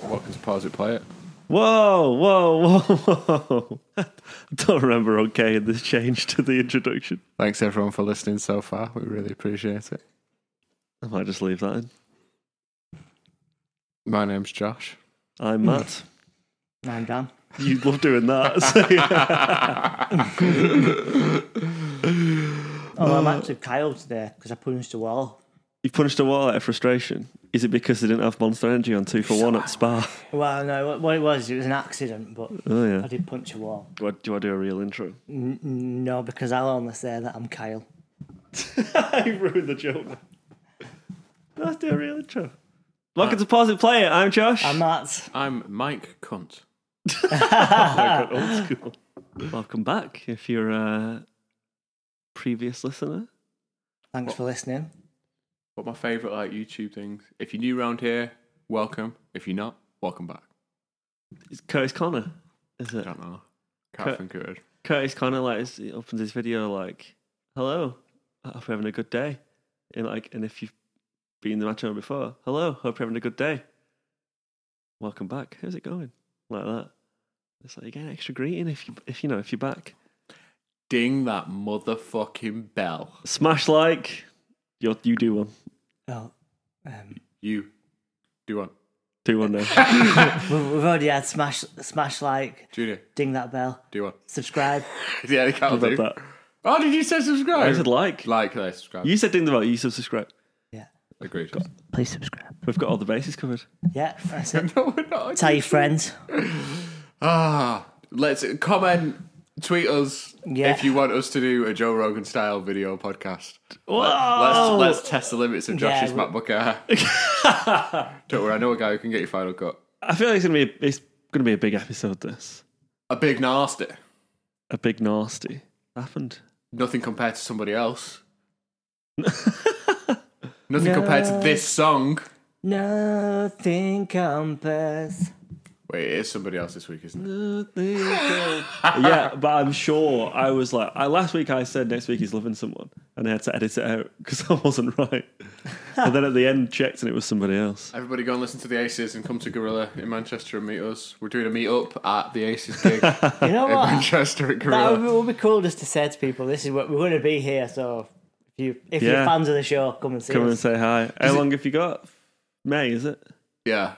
What is pause it? Play it. Whoa, whoa, whoa, whoa. I don't remember okay this change to the introduction. Thanks everyone for listening so far. We really appreciate it. I might just leave that in. My name's Josh. I'm Matt. I'm Dan. you love doing that. so- Oh, I'm actually Kyle today because I punched a wall. you punched a wall out of frustration. Is it because they didn't have Monster Energy on two for one at Spa? Well, no, what it was, it was an accident, but Oh, yeah. I did punch a wall. Do I, do I do a real intro? N- n- no, because I'll only say that I'm Kyle. I ruined the joke. Let's do a real intro. Welcome to Pause It Play It. I'm Josh. I'm Matt. I'm Mike Cunt. old school. Welcome back if you're a previous listener. Thanks for listening. But my favourite like YouTube things. If you're new around here, welcome. If you're not, welcome back. It's Curtis Connor, is I it? don't know. Cut. Can't think of it. Curtis Connor like is- he opens his video like, "Hello, I hope you're having a good day," and like, and if you've been the match on before, "Hello, hope you're having a good day." Welcome back. How's it going? Like that. It's like you get an extra greeting if you if you know if you're back. Ding that motherfucking bell. Smash like. You you do one. Oh, um, You do one. Do one now. we- we've already had smash, smash like, Junior, ding that bell, do one. subscribe. Yeah, they can't About do. that. Oh, did you say subscribe? I said like. Like, like, subscribe. You said ding the bell. You said subscribe. Yeah, Agreed. please subscribe. We've got all the bases covered. Yeah, that's it. no, we're not. Tell your friends. Ah, let's comment, tweet us Yeah. if you want us to do a Joe Rogan style video podcast. Whoa! Let's let's test the limits of Josh's Yeah, MacBook Air. Don't worry, I know a guy who can get your Final Cut. I feel like it's gonna be a, it's gonna be a big episode. This A big nasty. a big nasty happened. Nothing compared to somebody else. Nothing compared to this song. Nothing compares. Wait, it is somebody else this week, isn't it? yeah, but I'm sure I was like, I last week I said next week he's loving someone, and I had to edit it out because I wasn't right. and then at the end checked, and it was somebody else. Everybody go and listen to the Aces and come to Gorilla in Manchester and meet us. We're doing a meet up at the Aces gig in You know what? Manchester at That would Gorilla. be, would be cool just to say to people, this is what we're going to be here. So if you if Yeah. you're fans of the show, come and see Come and us. say hi. How long have you got? May is it? Yeah.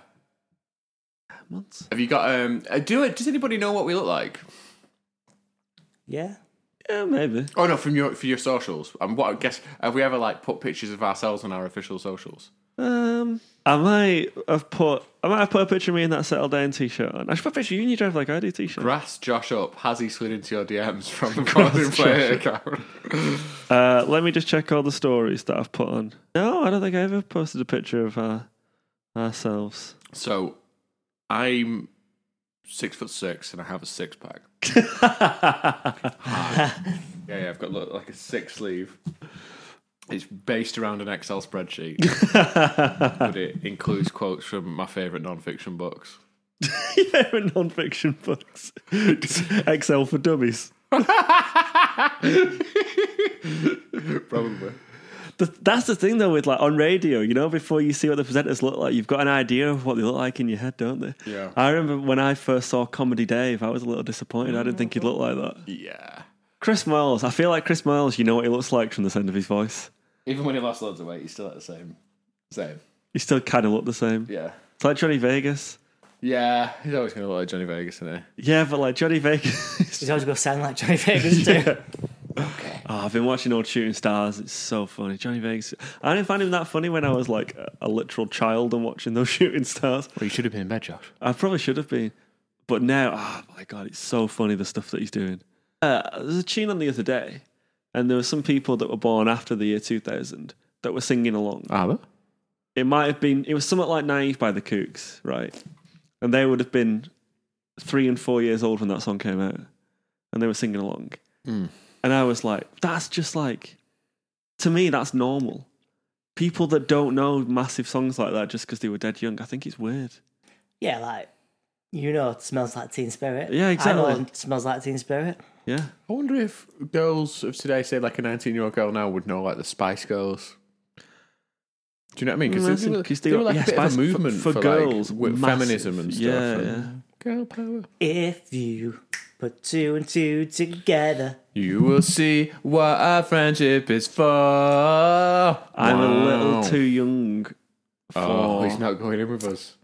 Months. Have you got um uh, do it does anybody know what we look like? Yeah, Yeah, maybe. Oh no, from your for your socials. And what I guess have we ever like put pictures of ourselves on our official socials? Um, I might have put I might have put a picture of me in that settled down t-shirt on. I should put a picture of you in your drive like I do t-shirt. Grass Josh up, has he slid into your DMs from the Golden Player account? Uh, let me just check all the stories that I've put on. No, I don't think I ever posted a picture of our, ourselves. So I'm six foot six and I have a six pack. yeah, yeah, I've got look, like a six sleeve. It's based around an Excel spreadsheet, but it includes quotes from my favorite non-fiction books. yeah, in non-fiction books. Excel for dummies. Probably. Th- That's the thing though with like on radio, you know, before you see what the presenters look like, you've got an idea of what they look like in your head, don't they? Yeah. I remember when I first saw Comedy Dave, I was a little disappointed. I didn't think he'd look like that. Yeah. Chris Miles, I feel like Chris Miles, you know what he looks like from the sound of his voice. Even when he lost loads of weight, he's still at the same. Same. He still kind of looked the same. Yeah. It's like Johnny Vegas. Yeah, he's always going to look like Johnny Vegas, isn't he? Yeah, but like Johnny Vegas. he's always going to sound like Johnny Vegas too. Oh, I've been watching old Shooting Stars. It's so funny. Johnny Vegas. I didn't find him that funny when I was like a, a literal child and watching those Shooting Stars. Well, you should have been in bed, Josh. I probably should have been. But now, oh my God, it's so funny the stuff that he's doing. Uh, there was a tune on the other day, and there were some people that were born after the year 2000 that were singing along. Ah, It might have been, it was somewhat like Naive by the Kooks, right? And they would have been three and four years old when that song came out, and they were singing along. And I was like, that's just like, to me, that's normal. People that don't know massive songs like that just because they were dead young, I think it's weird. Yeah, like you know, it smells like Teen Spirit. Yeah, I know exactly. it smells like Teen Spirit. Yeah. I wonder if girls of today, say like a 19 year old girl now, would know like the Spice Girls. Do you know what I mean? Because I they, were- think it's they the- were like yeah, a bit Spice of for- a movement for, for like, girls, wi- massive. feminism and stuff. Yeah, and Girl power. If you put two and two together, You will see what our friendship is for. Oh, I'm a Wow. little too young. For... Oh, he's not going in with us.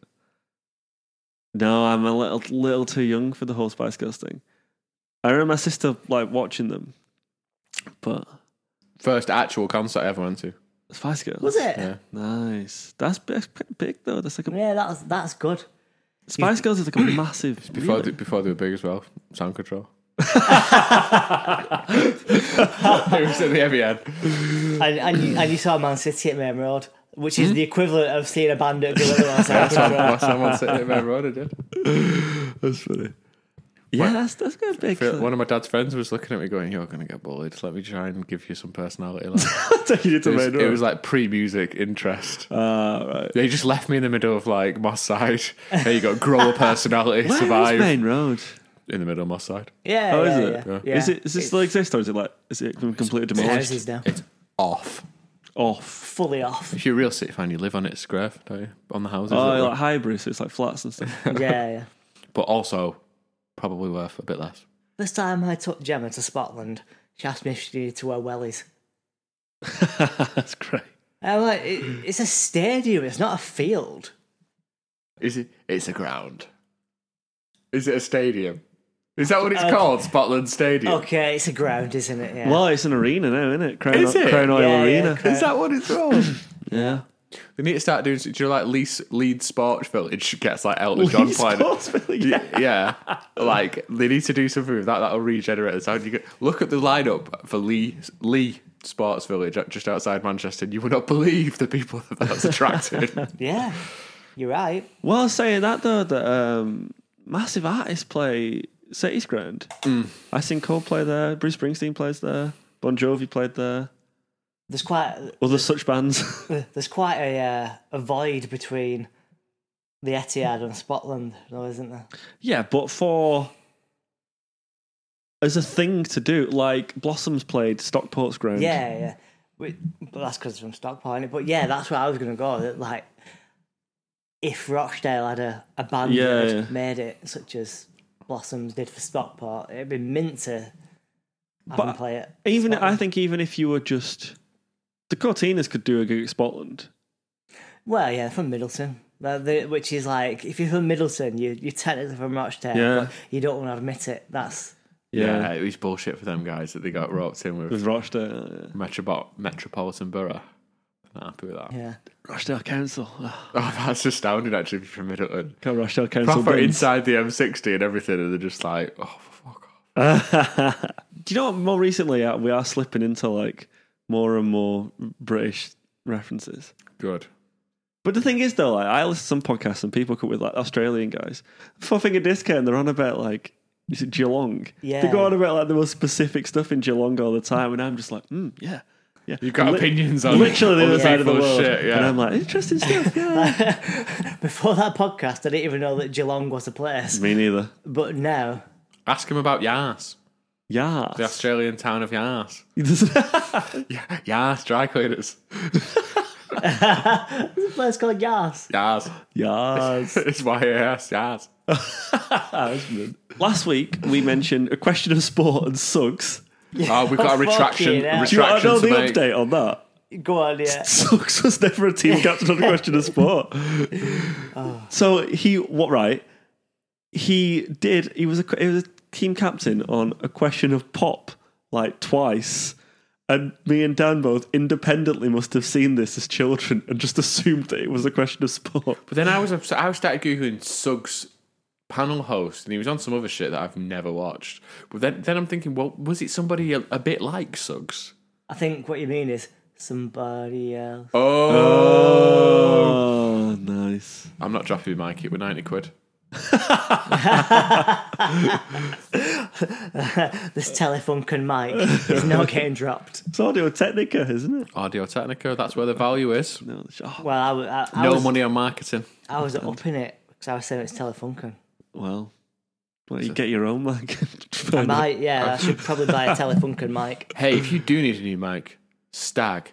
No, I'm a little little too young for the whole Spice Girls thing. I remember my sister like watching them, but First actual concert I ever went to. Spice Girls was it? Yeah. nice. That's b- that's pretty big though. That's like a Yeah, that's that's good. Spice Girls is like a massive. Before, really? they, before they were big as well. Sound control. it was at the heavy end. And and you, and you saw Man City at Main Road, which Hmm? is the equivalent of seeing a band at Villa Road. Oh, That's Last time I sitting at my road, I did. that's funny. Yeah, that's that's kind of big. Feel- so- One of my dad's friends was looking at me going, You're going to get bullied. Let me try and give you some personality. Like, Take you to it, was, Main it Road. was like pre music interest. Ah, right. They just left me in the middle of like Moss Side. There you go, grow a personality, Where is survive. Main Road? In the middle of Moss Side. yeah, Oh, yeah, is it? yeah, Yeah. yeah. Is it? Does it still exist, or is it like is it been completely It's demolished? houses now? It's off. Off. Fully off. If you're a real city fan, you live on it square, don't you? On the houses. that Oh, were- like hybrid, so it's like flats and stuff. Yeah, yeah. But also, probably worth a bit less. This time I took Gemma to Scotland. She asked me if she needed to wear wellies. that's great. I'm like, it, it's a stadium. It's not a field. Is it? It's a ground. Is it a stadium? Is that what it's Uh, called? Scotland Stadium. Okay, it's a ground, isn't it? Yeah. Well, it's an arena now, isn't it? Crown, Is it? Crown Oil Yeah, yeah, Arena. cra- Is that what it's called? Yeah. they need to start doing. Do you know, like Leeds, Leeds Sports Village gets like Elton John playing? it? yeah. yeah, like they need to do something with that. That'll regenerate the sound. You go, look at the lineup for Lee Lee Sports Village uh, just outside Manchester. You would not believe the people that that's attracted. Yeah, you're right. Well, saying that though, that um, massive artists play City's Ground. I seen Coldplay there. Bruce Springsteen plays there. Bon Jovi played there. There's quite Other such bands. there's quite a uh, a void between the Etihad and Scotland, though, isn't there? yeah, but for as a thing to do, like Blossoms played Stockport's Ground. Yeah, yeah. We, but that's because from Stockport, innit? But yeah, that's where I was going to go. That like, if Rochdale had a, a band Yeah, that had yeah. made it, such as Blossoms did for Stockport, it'd be mint to have But them play it. Even I Scotland. think even if you were just the Cortinas could do a gig at Scotland. Well, yeah, from Middleton. Uh, the- Which is like, if you're from Middleton, you, you're technically from Rochdale, Yeah. but you don't want to admit it. That's yeah, it was bullshit for them guys that they got roped in with With Rochdale. yeah. Metropo- Metropolitan Borough. Not happy with that. yeah. Rochdale Council. Oh, that's astounding actually if you're from Middleton. Got Rochdale Council. Proper buns. inside the M60 and everything, and they're just like, oh, fuck off. Do you know what? More recently, uh, we are slipping into like more and more British references. Good. But the thing is, though, like, I listen to some podcasts and people come with like Australian guys. Four Finger Discount, they're on about like is it Geelong. Yeah. They go on about like the most specific stuff in Geelong all the time, and I'm just like, mm, yeah, yeah. You've got opinions on literally the other other side of the people's world, shit, yeah. and I'm like, interesting stuff. Yeah. Before that podcast, I didn't even know that Geelong was a place. Me neither. But now, Ask him about Yas, Yeah. the Australian town of Yas. Yas, dry cleaners. there's a place called Yas. Yas. yes. it's Y-A-S, Yas. Ah, Last week we mentioned a question of sport and Suggs. Oh, we've got a Fucking retraction. hell. A eh? Do you want to retraction know to the make. update on that? Go on, yeah. Suggs was never a team captain on the question of sport. So he what right? He did. He was a he was a team captain on a question of pop like twice. And me and Dan both independently must have seen this as children and just assumed that it was a question of sport. But then I was upset. I started googling Suggs panel host, and he was on some other shit that I've never watched. But then, then I'm thinking, well, was it somebody a, a bit like Suggs? I think what you mean is somebody else. Oh, Oh, nice. I'm not dropping you, Mike. It were ninety quid. This telefunken mic is not getting dropped. It's Audio Technica, isn't it? Audio Technica. That's where the value is. No, it's- oh, Well, I, w- I- I No was, money on marketing. I was upping it because I was saying it's telefunken. well, well, you get your own mic. I might, yeah, I should probably buy a telefunken mic. Hey, if you do need a new mic, Stag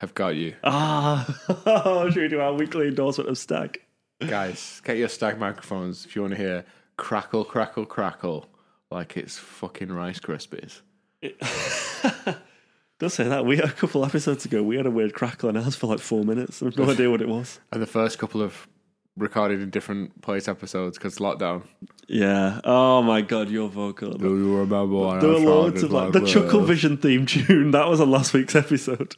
have got you. Ah, should we do our weekly endorsement of Stag? Guys, get your stag microphones if you want to hear crackle, crackle, crackle like it's fucking Rice Krispies. Does say that we a couple episodes ago we had a weird crackle in ours for like four minutes. I've no idea what it was. And the first couple of recorded in different place episodes because lockdown. Yeah. Oh my god, your vocal. Do you remember when There were loads of like the Chuckle Vision theme tune. That was on last week's episode.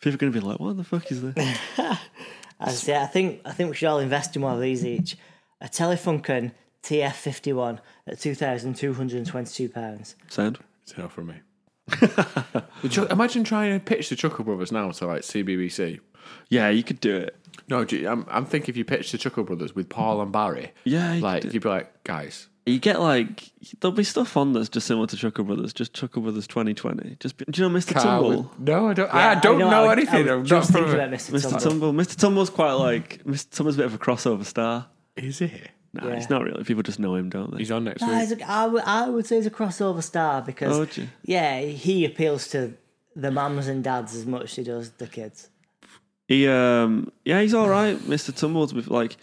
People are going to be like, "What the fuck is this?" I say, I think I think we should all invest in one of these each. A Telefunken TF51 at two thousand two hundred and twenty-two pounds. Sound. It's enough for me. The Chuck- Imagine trying to pitch the Chuckle Brothers now to like CBBC. Yeah, you could do it. No, do you- I'm, I'm thinking if you pitch the Chuckle Brothers with Paul and Barry, Yeah, you like could do- you'd be like, guys, you get like there'll be stuff on that's just similar to Chuckle Brothers, just Chuckle Brothers 2020. Just be, do you know Mr. Carl Tumble? with- no, I don't. I don't know, I was- anything. I I'm was not just from. thinking about Mr. Mr. Tumble. Tumble. Mr. Tumble's quite like Mr. Tumble's a bit of a crossover star. Is it? Nah, Yeah. he's not really. People just know him, don't they? He's on next No, week. he's a, I, w- I would say he's a crossover star because Oh, would you? yeah, he appeals to the mums and dads as much as he does the kids. He, um, yeah, he's all right, Mr. Tumble. To be like,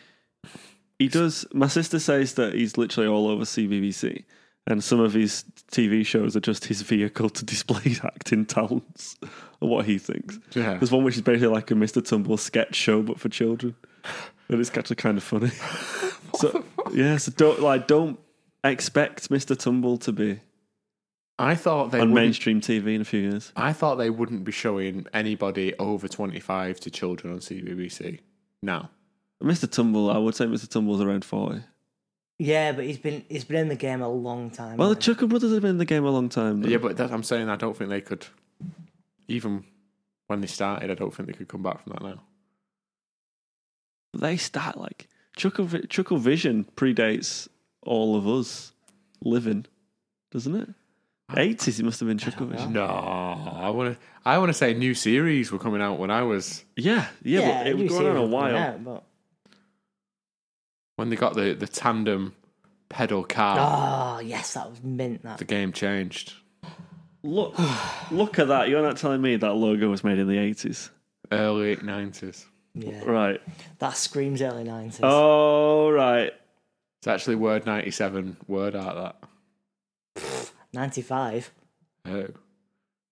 he does. My sister says that he's literally all over CBBC, and some of his TV shows are just his vehicle to display his acting talents and what he thinks. Yeah. There's one which is basically like a Mr. Tumble sketch show, but for children, and it's actually kind of funny. so yeah, so don't like don't expect Mr. Tumble to be I thought they on wouldn't- mainstream TV in a few years. I thought they wouldn't be showing anybody over 25 to children on CBBC. Now, Mr. Tumble, I would say Mr. Tumble's around forty. Yeah, but he's been he's been in the game a long time. Well, the hasn't he? Chuckle Brothers have been in the game a long time. though. yeah, but that, I'm saying I don't think they could, even when they started, I don't think they could come back from that now. they start like Chuckle Vi- Chuckle Vision predates all of us living, doesn't it? Eighties, it must have been Chuckle Vision. No, I want to. I want to say new series were coming out when I was Yeah, yeah, but it you was see going on a coming while. out, but when they got the the tandem pedal car. oh yes, that was mint. That The game changed. Look, look at that! You're not telling me that logo was made in the eighties, Early 90s. yeah, right? that screams early nineties. Oh, right. It's actually Word 97, Word art Ninety-five. that. Oh.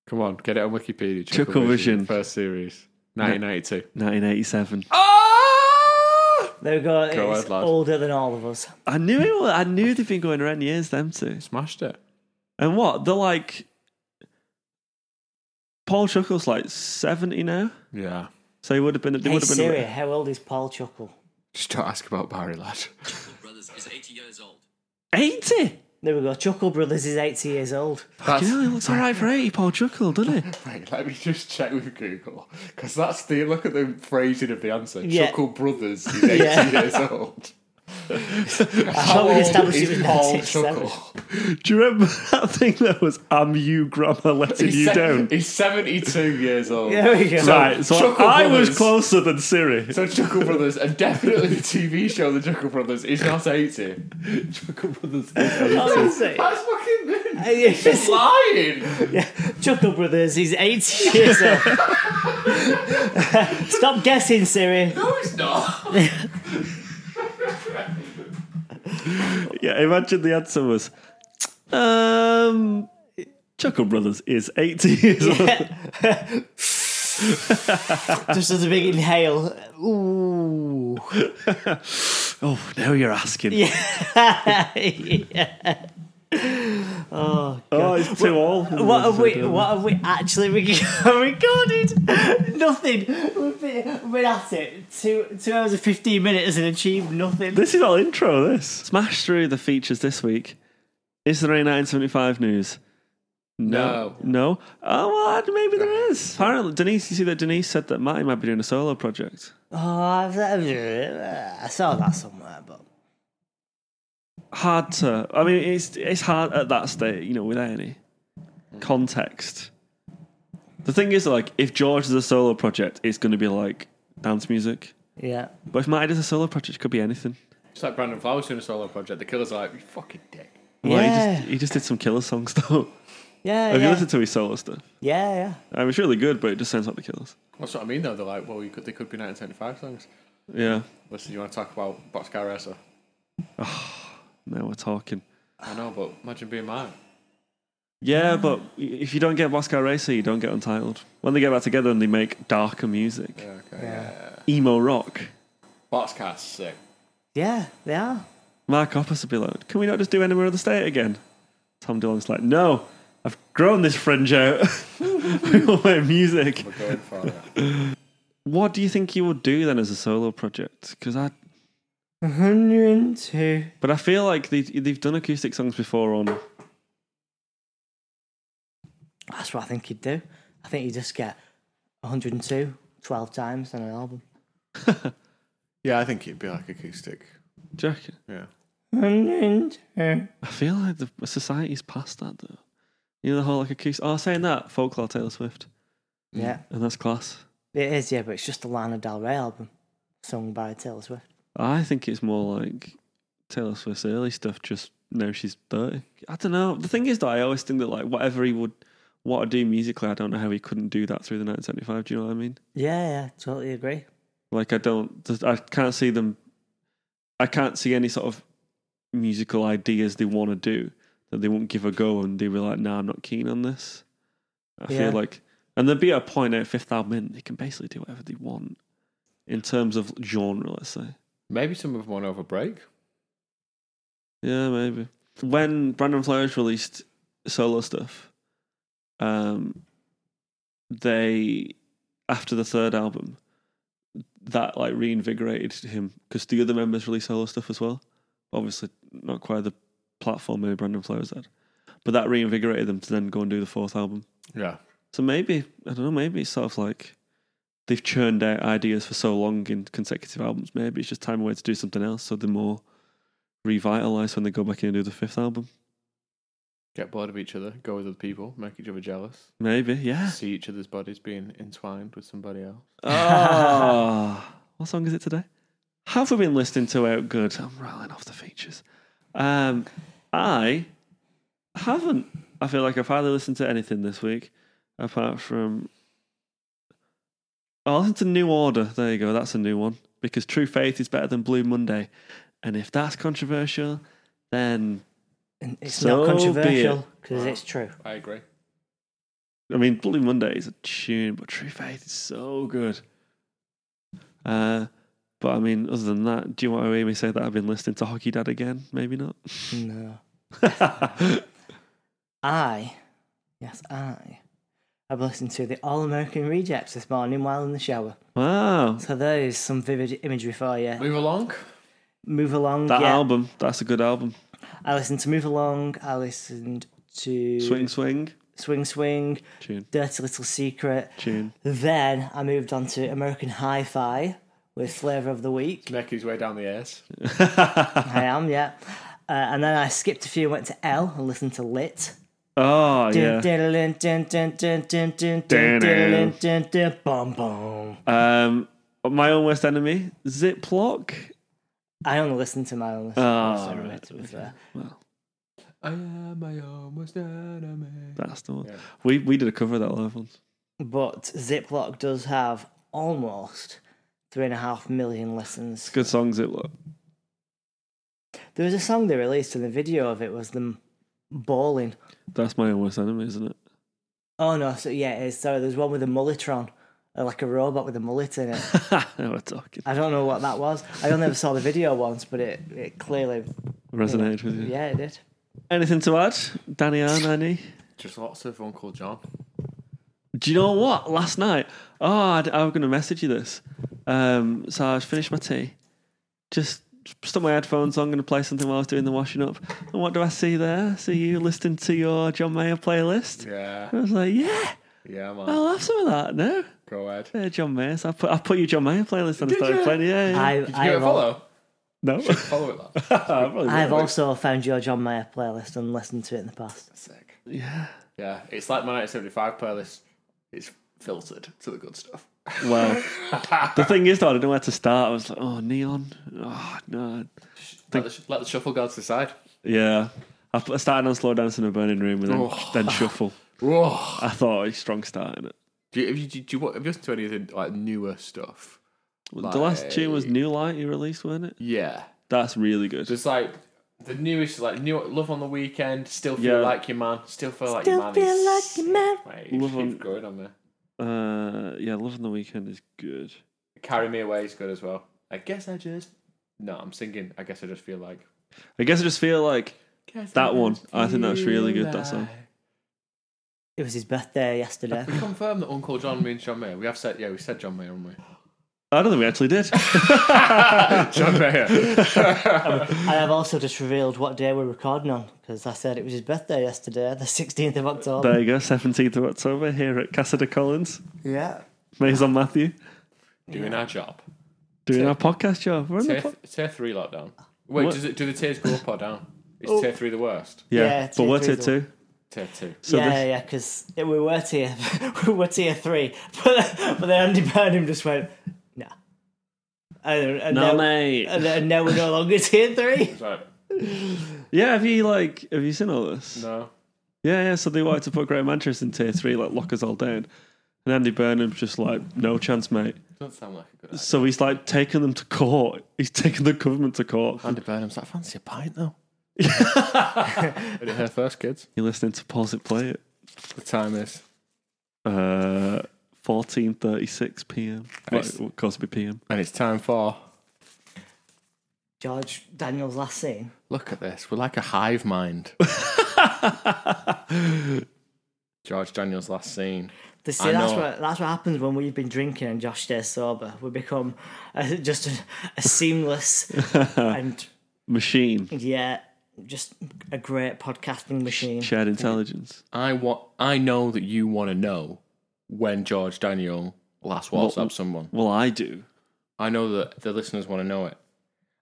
Come on, get it on Wikipedia. Chuckle Vision. First series, 1992. 1987. Oh! There we go. Go it's ahead, lad. older than all of us. I knew it. Was, I knew they've been going around years. Them two. Smashed it. And what? They're like Paul Chuckle's like 70 now, Yeah. so he would have been. They Hey would have been. Siri, how old is Paul Chuckle? Just don't ask about Barry, lad. Brothers is 80 years old. 80. There we go. Chuckle Brothers is eighty years old. Yeah, he looks all right for 80, Paul Chuckle, doesn't he? Wait, let me just check with Google. Because that's the look at the phrasing of the answer. Yeah. Chuckle Brothers is 80 Yeah. years old. I thought we established it was Paul 1987. Chuckle. Do you remember that thing that was, I'm you, grandma, letting you se- down? he's 72 years old. There we go. Right, so Chuckle I was Brothers. closer than Siri. So Chuckle Brothers, and definitely the TV show The Chuckle Brothers, is not 80. Chuckle Brothers is 80. Honestly. That's fucking mean. Yes. lying. Chuckle Brothers is 80 years old. Stop guessing, Siri. No, it's not. Yeah, imagine the answer was, um, Chuckle Brothers is 80 years old. Just as a big inhale. Ooh. Oh, now you're asking. Yeah. Oh, Oh, it's too old. what have we? What have we actually rec- recorded? nothing. We've been, we're at it. Two two hours and fifteen minutes and achieved nothing. This is our intro, this. Smash through the features this week. Is there any 1975 news? No. No? Oh, well, maybe there is. Apparently, Denise, you see that Denise said that Matty might be doing a solo project. Oh, I've, i I saw that somewhere, but Hard to, I mean, it's, it's hard at that state, you know, without any context. The thing is, like, if George is a solo project, it's going to be like dance music. yeah. But if Matty does a solo project, it could be anything. It's like Brandon Flowers doing a solo project. The killer's are like, you fucking dick. Well, he, Yeah. just, he just did some killer songs, though. Yeah, Have yeah. you listened to his solo stuff? yeah, yeah. I mean, it's really good, but it just sounds like the Killers. That's what I mean, though. They're like, well, you could, they could be 1975 songs. Yeah. Listen, you want to talk about Boxcar Racer? Now we're talking. I know, but imagine being mine. Yeah, but if you don't get Moscow Racer, you don't get Untitled. When they get back together and they make darker music, Yeah, okay. emo rock, Boxcar's sick. Yeah, they are. Mark Hoppus would be like, "Can we not just do anywhere on the state again?" Tom Dylan's like, "No, I've grown this fringe out. we will make music." We're going for it. What do you think you would do then as a solo project? Because I, 102. but I feel like they they've done acoustic songs before on That's what I think you'd do. I think you just get 102 12 times on an album. Yeah, I think it'd be like acoustic. Jack. Yeah. 102. I feel like the society's past that though. You know the whole like acoustic. Oh, saying that folklore Taylor Swift, Yeah, and that's class. it is, yeah, but it's just a Lana Del Rey album sung by Taylor Swift. I think it's more like Taylor Swift's early stuff. Just now she's thirty. I don't know. The thing is that I always think that like whatever he would want to do musically, I don't know how he couldn't do that through the nineteen seventy five. Do you know what I mean? Yeah, yeah, totally agree. Like I don't. there's- I can't see them. I can't see any sort of musical ideas they want to do that they won't give a go and they were like, "Nah, I'm not keen on this." I Yeah. feel like, and there'd be at a point at fifth album in they can basically do whatever they want in terms of genre. Let's say. Maybe some of them went over break. Yeah, maybe. When Brandon Flowers released solo stuff, um, they after the third album, that like reinvigorated him because the other members released solo stuff as well. Obviously, not quite the platform maybe Brandon Flowers had, but that reinvigorated them to then go and do the fourth album. Yeah. So maybe I don't know. Maybe it's sort of like they've churned out ideas for so long in consecutive albums. Maybe it's just time away to do something else. So they're more revitalized when they go back in and do the fifth album. Get bored of each other, go with other people, make each other jealous, Maybe, yeah. see each other's bodies being entwined with somebody else. Oh, what song is it today? Have we been listening to Out Good? I'm rattling off the features. Um, I haven't. I feel like I've hardly listened to anything this week apart from. I listened to New Order. There you go. That's a new one because True Faith is better than Blue Monday, and if that's controversial, then And it's So not be controversial because it's true. I agree. I mean, Bloody Monday is a tune, but True Faith is so good. Uh, but I mean, other than that, do you want to hear me say that I've been listening to Hockey Dad again? Maybe not. No. I, yes, I, I've listened to the All American Rejects this morning while in the shower. Wow, So there's some vivid imagery for you. Move along. Move along. that yeah. album, that's a good album. I listened to Move Along. I listened to Swing Swing Swing, Swing, tune, Dirty Little Secret. tune. Then I moved on to American Hi Fi with Flavour of the Week. Make his way down the airs. I am, yeah. Uh, and then I skipped a few and went to L and listened to Lit. Oh Dun, yeah. dun, dun, dun, dun, dun, dun, dun, Dun, dun, dun. dun, dun, dun, bum, bum. Um, my own worst enemy, Ziploc. I only listened to my own list. Oh, so right, it was, uh, Well, I am my almost enemy. that's the one. Yeah. We we did a cover of that live once. But Ziploc does have almost three and a half million listens. Good song, Ziploc. There was a song they released and the video of it was them bawling. That's my own worst enemy, isn't it? Oh no, so yeah, it is. Sorry, there's one with a mulletron, uh, like a robot with a mullet in it. now we're talking. I don't know what that was. I only ever saw the video once, but it, it clearly, Resonated with you. yeah, it did. Anything to add, Danny and Annie? Just lots of Uncle John. Do you know what? Last night, oh, I, I was going to message you this. Um, so I finished my tea, just stuck my headphones on, going to play something while I was doing the washing up. And what do I see there? I see you listening to your John Mayer playlist. Yeah. I was like, yeah, Yeah, man. Oh. I'll have some of that. No, Go ahead. yeah, John Mayer. So I put I put your John Mayer playlist on. I Did started you? playing. it. Yeah, yeah. I, Did you I give it a have al- follow? no, Follow it, lad. I've also found your John Mayer playlist and listened to it in the past. Sick. yeah. Yeah, it's like my 1975 playlist. It's filtered to the good stuff. Well, the thing is, though, I didn't know where to start. I was like, oh, neon. Oh no. Let the, let the shuffle gods decide. Yeah. I put- I started on slow dance in a burning room and then, Oh. then shuffle. Whoa. I thought a strong start in it. Do you, have you, do you, what- have you listened to any of the like newer stuff? the last tune was Like- New Light you released, wasn't it? Yeah. That's really good. Just like the newest, like new Love on the Weekend, still feel Yeah. like your man, still feel like Still your man. feel is like sick, your man. mate. Love Keep on- going on there. uh, yeah, Love on the Weekend is good. Carry Me Away is good as well. I guess I just. No, I'm singing. I guess I just feel like. I guess I just feel like That one. I think that's really good, that song. It was his birthday yesterday. We confirmed that Uncle John means John Mayer. We have said, yeah, we said John Mayer, haven't we? I don't think we actually did. John Mayer. I have also just revealed what day we're recording on because I said it was his birthday yesterday, the 16th of October. there you go, 17th of October here at Cassada Collins. Yeah. Maison Matthew Doing our job. doing our podcast job. We're in the Tier, po- tier three lockdown. Wait, What? Oh. does it, do the tiers go up or down? Is tier three the worst? yeah, Yeah, but tier we're three's tier the- two. Tier two. So yeah, this- yeah, because we were tier, we were tier three, but but then Andy Burnham just went, nah. And, and No, now, mate. And, and now we're no longer tier three. Is that Yeah, have you like have you seen all this? No. Yeah, yeah. So they wanted to put Great Manchester in tier three, like lock us all down. And Andy Burnham's just like, no chance, mate. Doesn't sound like a good idea. So he's like taking them to court. He's taking the government to court. Andy Burnham's like, fancy a pint though. Heard it here first, kids. You're listening to Pause It Play It. The time is. Uh, 14.36 p.m. Nice. Right, well, of course it'd be p.m. And it's time for. George Daniel's last scene. Look at this. We're like a hive mind. George Daniels' last scene. The see, I that's know. what that's what happens when we've been drinking and Josh stays sober. We become a, just a, a seamless and Machine. yeah, just a great podcasting machine. Shared intelligence. I want. I know that you want to know when George Daniel last WhatsApp someone. Well, I do. I know that the listeners want to know it.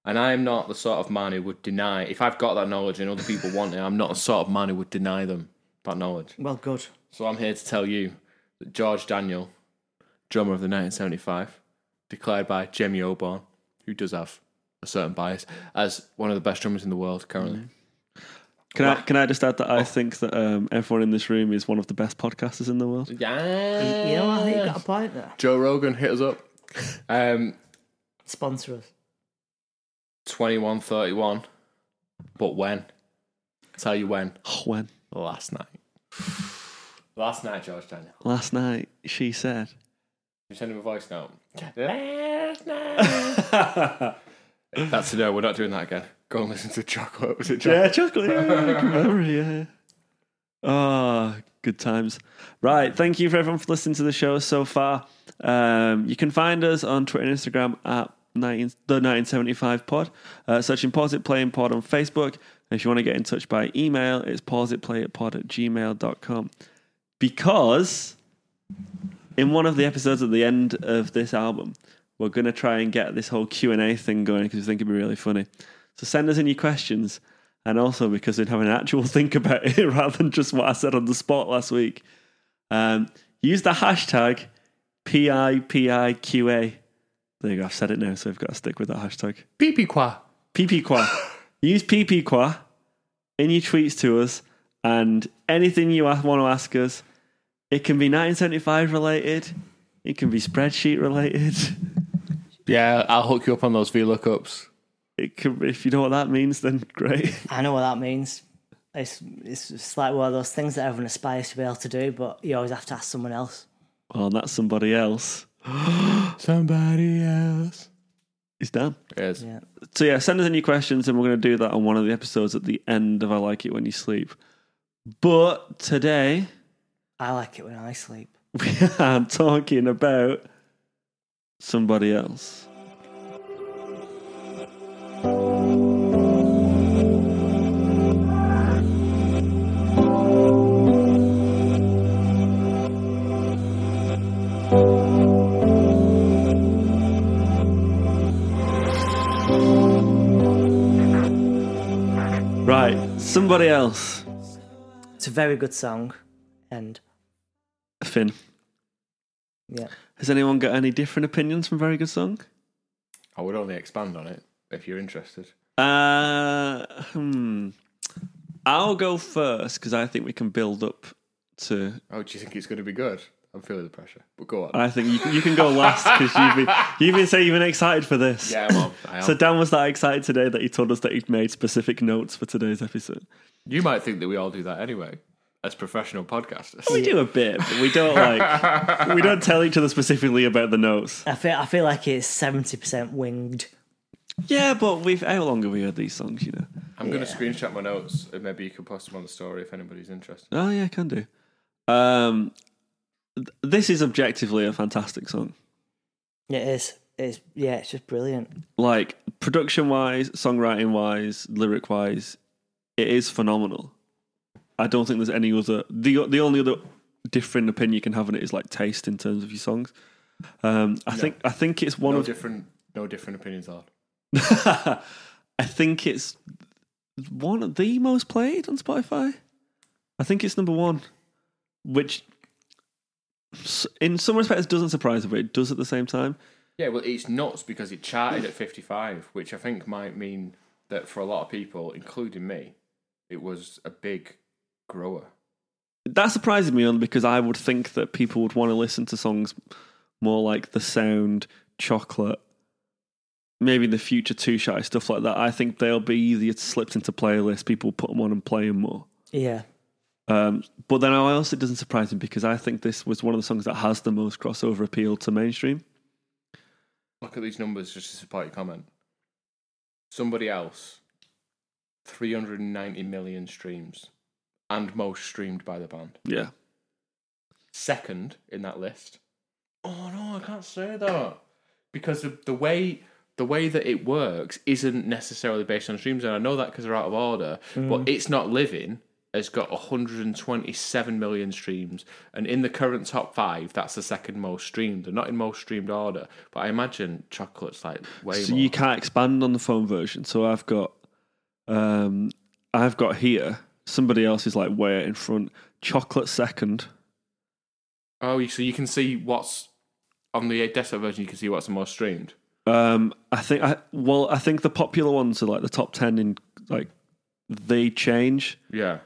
And I am not the sort of man who would deny. If I've got that knowledge and other people want it, I'm not the sort of man who would deny them that knowledge. Well, good. So I'm here to tell you that George Daniel, drummer of the 1975, declared by Jemmy Oborn, who does have a certain bias, as one of the best drummers in the world currently. Can I, can I just add that I think that um, everyone in this room is one of the best podcasters in the world? Yeah. You know, I think you got a point there. Joe Rogan hit us up. Um, Sponsor us. 21 31. But when? Tell you when. Oh, when? Last night. Last night, George Daniel. Last night, she said. You send him a voice note. Last night. That's no, we're not doing that again. Go and listen to Chocolate. Was it Chocolate? Yeah, chocolate. Yeah, yeah, good memory. Yeah. Ah, good times. Right. Thank you for everyone for listening to the show so far. Um, you can find us on Twitter and Instagram at 19, the 1975 pod. Uh, search in Pause It Play and Pod on Facebook. And if you want to get in touch by email, it's pauseitplayatpod at gmail.com. Because in one of the episodes at the end of this album, we're going to try and get this whole Q&A thing going because we think it'd be really funny. So send us in your questions and also because we'd have an actual think about it rather than just what I said on the spot last week. Um, use the hashtag PIPIQA. There you go, I've said it now, so I've got to stick with that hashtag. Pee Qua. PPQA. use PPQA in your tweets to us and anything you want to ask us. It can be 1975 related. It can be spreadsheet related. Yeah, I'll hook you up on those V lookups. It can, if you know what that means, then great. I know what that means. It's it's just like one of those things that everyone aspires to be able to do, but you always have to ask someone else. Well, that's somebody else. Somebody else. It's Dan. Yes. Yeah. So yeah, send us any questions, and we're going to do that on one of the episodes at the end of "I Like It When You Sleep." But today I like it when I sleep. we are talking about somebody else. Right, somebody else. It's a very good song, and Finn, yeah, has anyone got any different opinions from Very Good Song? I would only expand on it if you're interested. Uh, hmm. I'll go first because I think we can build up to. Oh, do you think it's going to be good? I'm feeling the pressure. But go on. I think you, you can go last because you've been you've been saying you've been excited for this. yeah, mom. I am. So Dan was that excited today that he told us that he'd made specific notes for today's episode. You might think that we all do that anyway, as professional podcasters. We do a bit, but we don't like we don't tell each other specifically about the notes. I feel I feel like it's seventy percent winged. Yeah, but we've how long have we heard these songs? You know. I'm going to screenshot my notes and maybe you can post them on the story if anybody's interested. Oh yeah, can do. Um, th- this is objectively a fantastic song. It is. It's yeah. It's just brilliant. Like production wise, songwriting wise, lyric wise, it is phenomenal. I don't think there's any other the the only other different opinion you can have on it is like taste in terms of your songs. Um, I think I think it's one No of different, no different opinions on. I think it's one of the most played on Spotify. I think it's number one, which s- in some respects doesn't surprise me, but it does at the same time. Yeah, well, it's nuts because it charted at 55, which I think might mean that for a lot of people, including me, it was a big grower. That surprises me on because I would think that people would want to listen to songs more like The Sound, Chocolate, maybe in the future Too Shy, stuff like that. I think they'll be easier slipped into playlists. People put them on and play them more. Yeah. Um, but then I also it doesn't surprise me because I think this was one of the songs that has the most crossover appeal to mainstream. Look at these numbers just to support your comment. Somebody else, 390 million streams and most streamed by the band. Yeah. Second in that list. Oh no, I can't say that because the, the way the way that it works isn't necessarily based on streams, and I know that because they're out of order. But it's not living has got 127 million streams, and in the current top five, that's the second most streamed. They're not in most streamed order, but I imagine chocolate's like way So more. you can't expand on the phone version. So I've got um I've got here somebody else is like way out in front. Chocolate second. oh, so you can see what's on the desktop version. You can see what's the most streamed. Um I think I well I think the popular ones are like the top 10 in like they change. Yeah,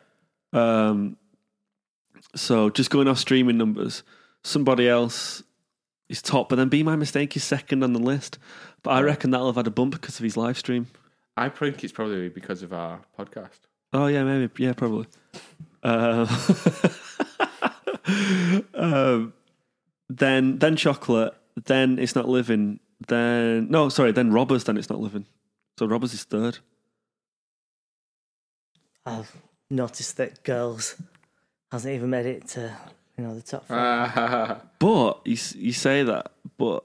Um so just going off streaming numbers. Somebody else is top, but then Be My Mistake is second on the list. But I reckon that'll have had a bump because of his live stream. I think it's probably because of our podcast. Oh yeah, maybe yeah, probably. Um, um, then then chocolate. Then it's not living. Then no, sorry. Then robbers. Then it's not living. So robbers is third. I've noticed that girls hasn't even made it to you know the top five. Uh. But you s- you say that, but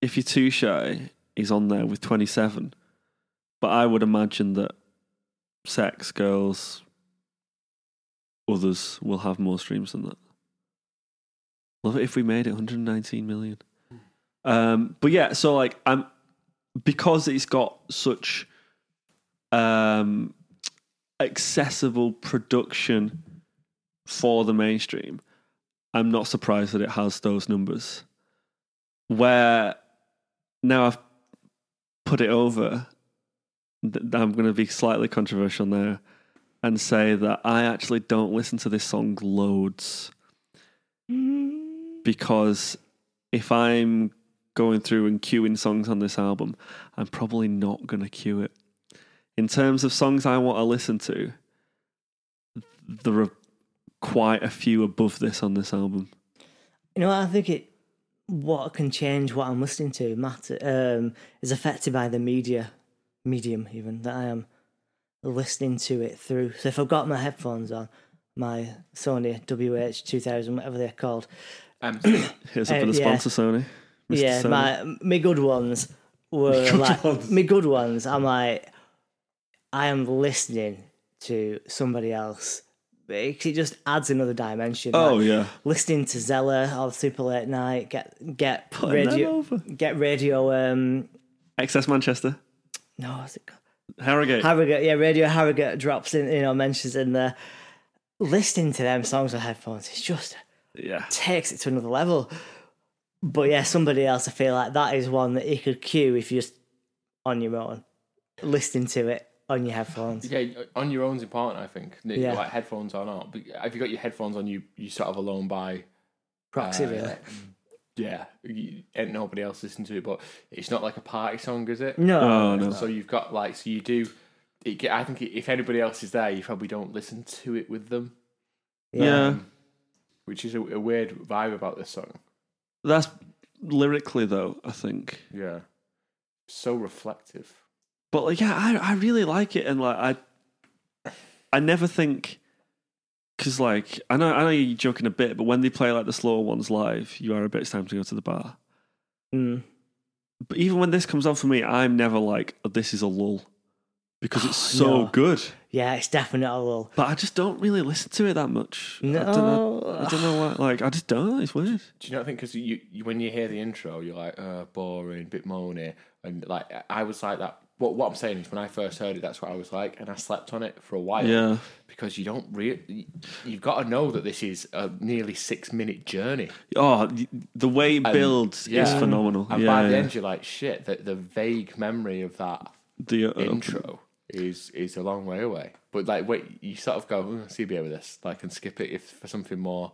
if you're too shy, he's on there with twenty seven. But I would imagine that sex, girls, others will have more streams than that. Love it if we made it 119 million. Um, but yeah, so like I'm because it's got such um accessible production for the mainstream, I'm not surprised that it has those numbers. Where now I've put it over, th- I'm going to be slightly controversial now and say that I actually don't listen to this song loads because if I'm going through and queuing songs on this album, I'm probably not going to queue it. In terms of songs I want to listen to, there are quite a few above this on this album. You know, I think it what can change what I'm listening to matter um, is affected by the media medium even that I am listening to it through. So if I've got my headphones on, my Sony WH2000, whatever they're called, Here's up Uh, for the yeah. sponsor, Sony. Mr. yeah, Sony. my my good ones were like my good ones. I'm like, I am listening to somebody else. It it just adds another dimension. oh like, yeah, listening to Zella or Super Late Night, get get them radio, over. get radio. Um, excess Manchester, no, what's it called? Harrogate. Harrogate, yeah, Radio Harrogate drops in, you know, mentions in there. Listening to them songs on headphones, it's just yeah, takes it to another level. But yeah, somebody else, I feel like that is one that you could cue if you're just on your own, listening to it on your headphones. Yeah, on your own's important, I think. Yeah. Like headphones on or not. But if you got your headphones on, you you sort of alone by Proxy, Uh, really. yeah. You, ain't nobody else listening to it, but it's not like a party song, is it? No, Oh no. So you've got like so you do. It, get- I think if anybody else is there, you probably don't listen to it with them, Um, Yeah. which is a, a weird vibe about this song. That's lyrically though, I think. Yeah, so reflective. But like, yeah, I, I really like it, and like I I never think because like I know I know you're joking a bit, but when they play like the slower ones live, you are a bit it's time to go to the bar. Mm. But even when this comes on for me, I'm never like oh, this is a lull because it's so No. good. Oh, yeah, it's definitely a lull. But I just don't really listen to it that much. I don't know, No. I don't know why. Like I just don't. It's weird. Do you not think because you, you when you hear the intro, you're like, uh, boring, bit moany, and like I was like that. What what I'm saying is, when I first heard it, that's what I was like, and I slept on it for a while. Yeah. because you don't really, you've got to know that this is a nearly six minute journey, Oh, the- the way it builds is yeah. phenomenal. and yeah, by the yeah. end, you're like, shit. That the vague memory of that the uh, intro is is a long way away. But like, wait, you sort of go, "Mm, CBA with this, like, and skip it if for something more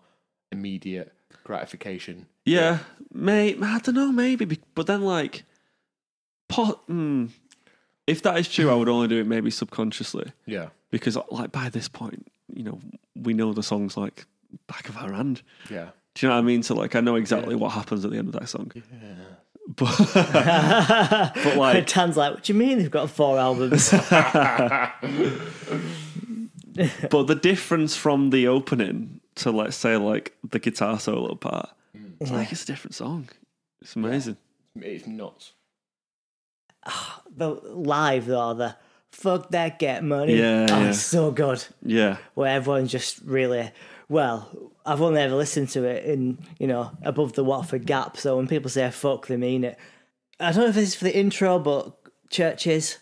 immediate gratification. Yeah, may I don't know, maybe. be- But then, like, pot. Mm, if that is true, I would only do it maybe subconsciously Yeah, because, like, by this point, you know, we know the songs like back of our hand. yeah. Do you know what I mean? So, like, I know exactly what happens at the end of that song. But, but But like, Dan's like, what do you mean they've got four albums? but the difference from the opening to let's say like the guitar solo part, it's like it's a different song. It's amazing. It's nuts. but live, though, the fuck that, get money. Yeah, oh, yeah. it's so good. Yeah, where everyone's just really well. I've only ever listened to it in you know above the Watford Gap. So when people say "fuck," they mean it. I don't know if this is for the intro, but churches.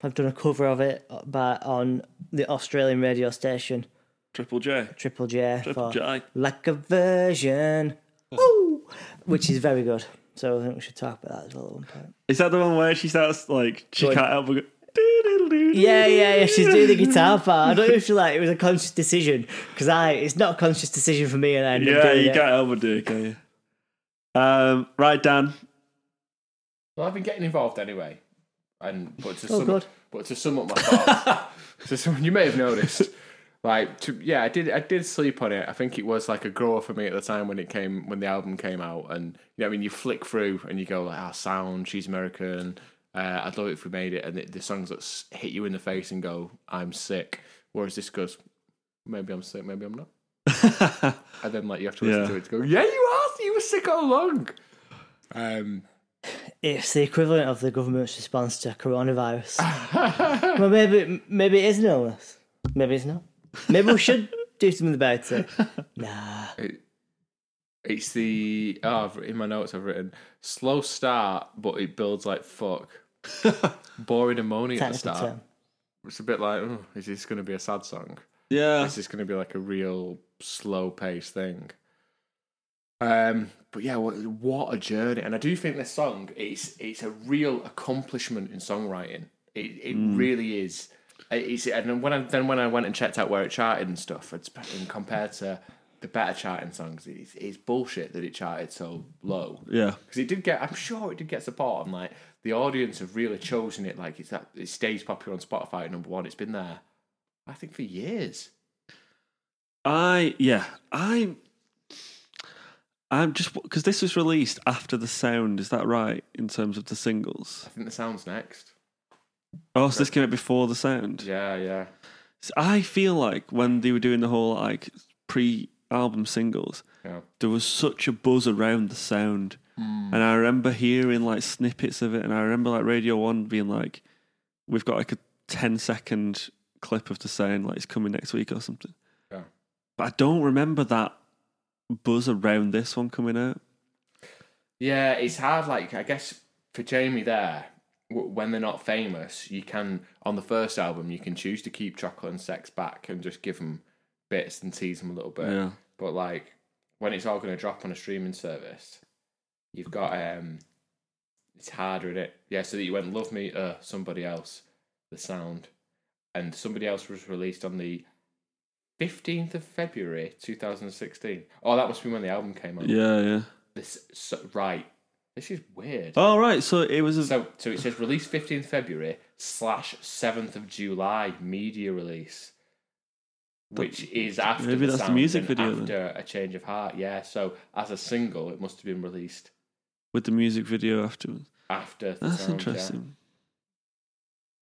I've done a cover of it uh, by on the Australian radio station Triple J. Triple J Triple for J. like a version, Ooh, which is very good. So I think we should talk about that as well at one point. Is that the one where she starts like she Going- can't help but go? "Doo-doo-doo-doo-doo." Yeah, yeah, yeah. She's doing the guitar part. I don't know if she like it was a conscious decision because I it's not a conscious decision for me, and I end up Yeah, doing you it. can't help but do it, can you? Um, right, Dan. Well, I've been getting involved anyway, and but to Oh, sum God. up, but to sum up my thoughts, to sum, you may have noticed, like to, yeah, I did I did sleep on it. I think it was like a grower for me at the time when it came when the album came out, and you know, what I mean, you flick through and you go like, ah, sound, she's American. Uh, I'd love it if we made it, and the, the songs that s- hit you in the face and go, I'm sick. Whereas this goes, maybe I'm sick, maybe I'm not. and then like you have to listen Yeah. to it to go, yeah, you are. You were sick all along. Um, it's the equivalent of the government's response to coronavirus. well, maybe maybe it is an illness. Maybe it's not. Maybe we should do something about it. Nah. It's the oh, I've, in my notes I've written slow start, but it builds like fuck. Boring and moaning at the Technical start. term. It's a bit like, oh, is this going to be a sad song? Yeah, Is this going to be like a real slow paced thing? Um, but yeah, what, what a journey! And I do think this song it's it's a real accomplishment in songwriting. It it really is. It- It's, and then when I then when I went and checked out where it charted and stuff, it's and compared to the better charting songs, it's, it's bullshit that it charted so low yeah, because it did get. I'm sure it did get support, and like the audience have really chosen it. Like it's that it stays popular on Spotify at number one. It's been there, I think, for years. I yeah I I'm just because this was released after the sound. Is that right in terms of the singles? I think the sound's next. Oh, so this came out before the sound. Yeah, yeah, So I feel like when they were doing the whole like pre-album singles, yeah. there was such a buzz around the sound. Hmm. And I remember hearing like snippets of it. And I remember like Radio 1 being like, we've got like a 10 second clip of the sound, like it's coming next week or something. Yeah. But I don't remember that buzz around this one coming out. Yeah, it's hard. Like I guess for Jamie there, w- when they're not famous, you can on the first album you can choose to keep Chocolate and Sex back and just give them bits and tease them a little bit. Yeah. But like when it's all going to drop on a streaming service, you've got um, it's harder in it. Yeah, so that you went love me, uh, somebody else, the sound, and somebody else was released on the 15th of February 2016. Oh, that must be when the album came out. Yeah, yeah. This so, right. This is weird. All right, so it was a So, so it says release 15th February slash 7th of July media release, which is after maybe the that's the sound music and video then. after a change of heart. Yeah, so as a single, it must have been released with the music video afterwards. after. The That's sound, yeah. interesting.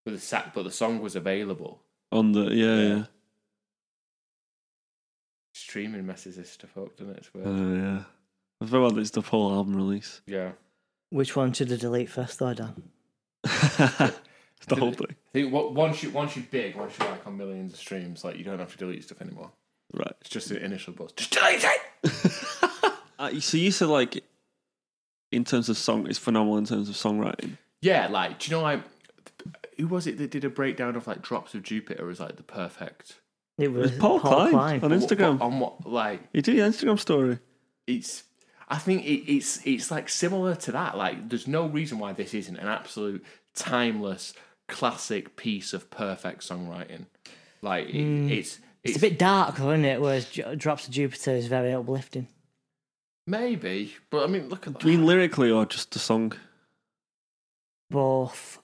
But the sa- but the song was available. On the yeah, Yeah. yeah, Streaming messes this stuff up, doesn't it? It's weird. Oh yeah. I very well it's the whole album release. yeah, Which one should I delete first, though, Dan? It's the whole thing. I think what, once you once you're big, once you're like on millions of streams, like you don't have to delete stuff anymore. Right. It's just the initial buzz. Just delete it. Uh, so you said like, in terms of song, it's phenomenal in terms of songwriting. Yeah, like do you know like who was it that did a breakdown of like Drops of Jupiter as like the perfect It was, Paul, Klein, on Instagram. on what like He did an Instagram story. it's I think it, it's it's like similar to that. Like there's no reason why this isn't an absolute timeless classic piece of perfect songwriting. Like it, it's It's it's a bit dark, though, isn't it? Whereas J- Drops of Jupiter is very uplifting. maybe, but I mean look at Do you mean lyrically or just the song? Both.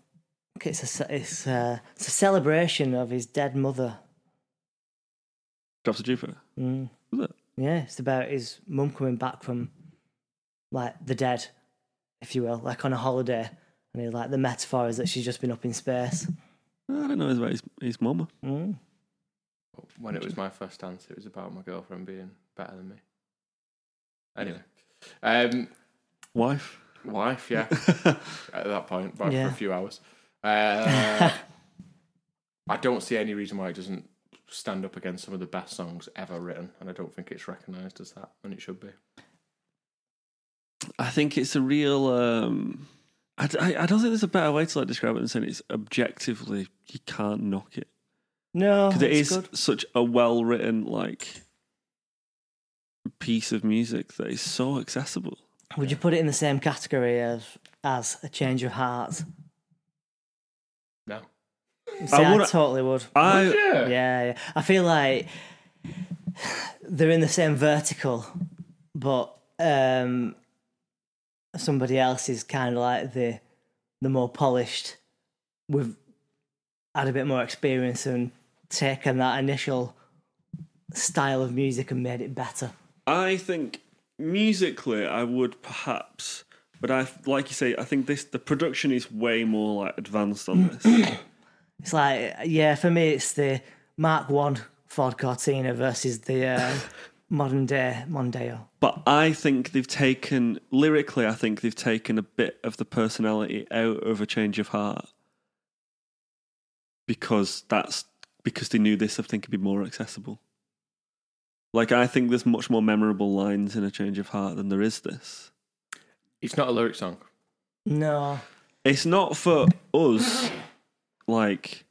It's a, ce- it's, a, it's a celebration of his dead mother. Drops of Jupiter. Mm. Was it? Yeah, it's about his mum coming back from like the dead, if you will, like on a holiday. And he, like the metaphor is that she's just been up in space. I don't know. It's about his, his mama. Mm. when it was my first dance, it was about my girlfriend being better than me. Anyway, um, Wife. wife, yeah. At that point, but Yeah. for a few hours, uh, I don't see any reason why it doesn't stand up against some of the best songs ever written, and I don't think it's recognised as that, and it should be. I think it's a real. Um, I, d- I- I don't think there's a better way to like describe it than saying it's objectively you can't knock it No, because it it's is good. such a well written like piece of music that is so accessible. Would you put it in the same category as as a change of heart? No, See, I, would- totally would. I yeah, Yeah, yeah. I feel like they're in the same vertical, but um, somebody else is kind of like the the more polished. We've had a bit more experience and taken that initial style of music and made it better. I think musically, I would perhaps, but I like you say, I think this the production is way more like advanced on this. It's like, yeah, for me, it's the Mark One Ford Cortina versus the uh, modern day Mondeo. but I think they've taken lyrically, I think they've taken a bit of the personality out of a change of heart because that's because they knew this. I think would be more accessible. Like I think there's much more memorable lines in a change of heart than there is this. it's not a lyric song. No, it's not for us like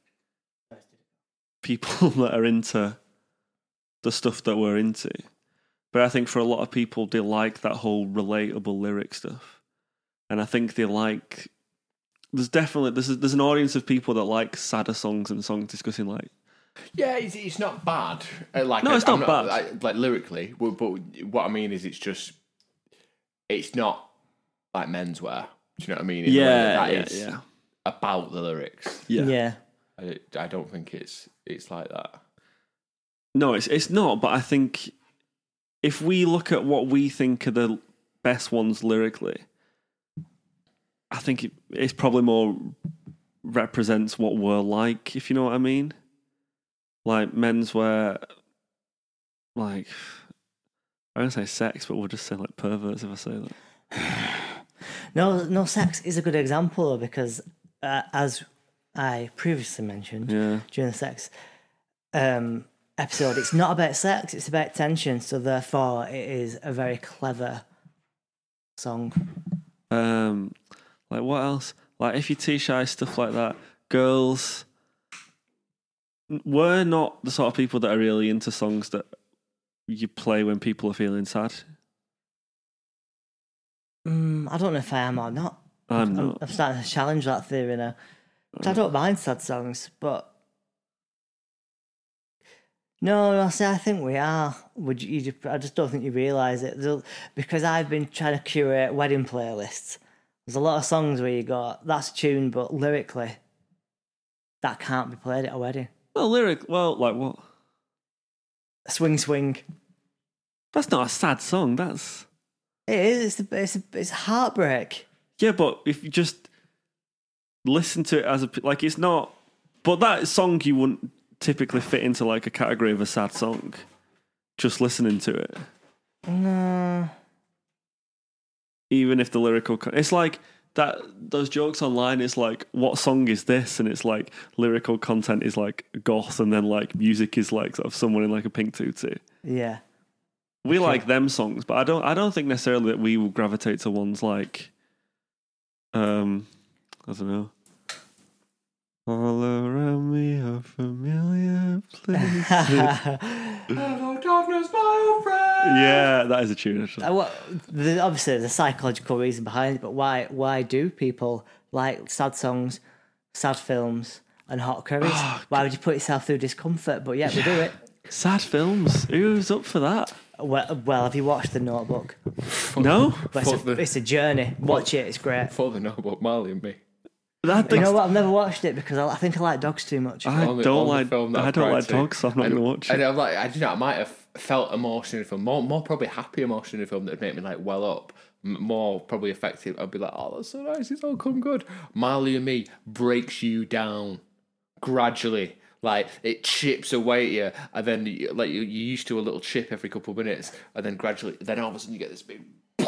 people that are into the stuff that we're into but i think for a lot of people they like that whole relatable lyric stuff and i think they like there's definitely there's, there's an audience of people that like sadder songs and songs discussing like Yeah, it's, it's not bad. Uh, like No, I- it's I'm not bad. Like, like lyrically, but, but what I mean is, it's just it's not like menswear. Do you know what I mean? In the way that that is yeah about the lyrics. yeah yeah. I, I don't think it's it's like that. No, it's it's not. But I think if we look at what we think are the best ones lyrically, I think it, it's probably more represents what we're like, if you know what I mean. Like menswear, like I don't say sex, but we'll just say like perverts if I say that. No, no, sex is a good example though, because uh, as I previously mentioned Yeah, during the sex um, episode, it's not about sex; it's about tension. So therefore, it is a very clever song. um, like what else? Like if you're too shy, stuff like that. Girls, we're not the sort of people that are really into songs that you play when people are feeling sad. Mm, I don't know if I am or not. I'm I'm, not. I'm starting to challenge that theory now. But I don't mind sad songs, but No, no, see, I think we are. Would you, you just, I just don't think you realise it There'll- because I've been trying to curate wedding playlists. There's a lot of songs where you go, that's tuned, but lyrically, that can't be played at a wedding. Well, lyric. Well, like what? Swing, swing. That's not a sad song. That's It is. It's it's, it's heartbreak. yeah, but if you just listen to it as a like, it's not. But that song you wouldn't typically fit into like a category of a sad song. Just listening to it, No. even if the lyrical, con- it's like that. Those jokes online is like, what song is this? And it's like lyrical content is like goth, and then like music is like sort of someone in like a pink tutu. Yeah. we like them songs, but I don't. I don't think necessarily that we will gravitate to ones like, um, I don't know. All around me are familiar places. Hello, darkness, my old friend. yeah, that is a tune. Actually. Uh, what, the, obviously, there's a psychological reason behind it, but why? Why do people like sad songs, sad films, and hot curries? Oh, why would you put yourself through discomfort? But yeah, we do it. Sad films. Who's up for that? Well, well, have you watched The Notebook? No, But it's, Fuck a, the- it's a journey. Watch it. It's great. For the notebook, Marley and me. that You thing. know what? I've never watched it because I, I think I like dogs too much. I on the- on don't the like. film that I I've don't cried like to. dogs. So I'm not and, gonna watch And it. I'm like, I don't know. I might have felt emotion in a film, more, more probably happy emotion in a film that would make me like well up, m- more probably effective. I'd be like, oh, that's so nice. It's all come good. Marley and Me breaks you down gradually. Like it chips away at you, and then you, like you, you're used to a little chip every couple of minutes, and then gradually, then all of a sudden you get this big.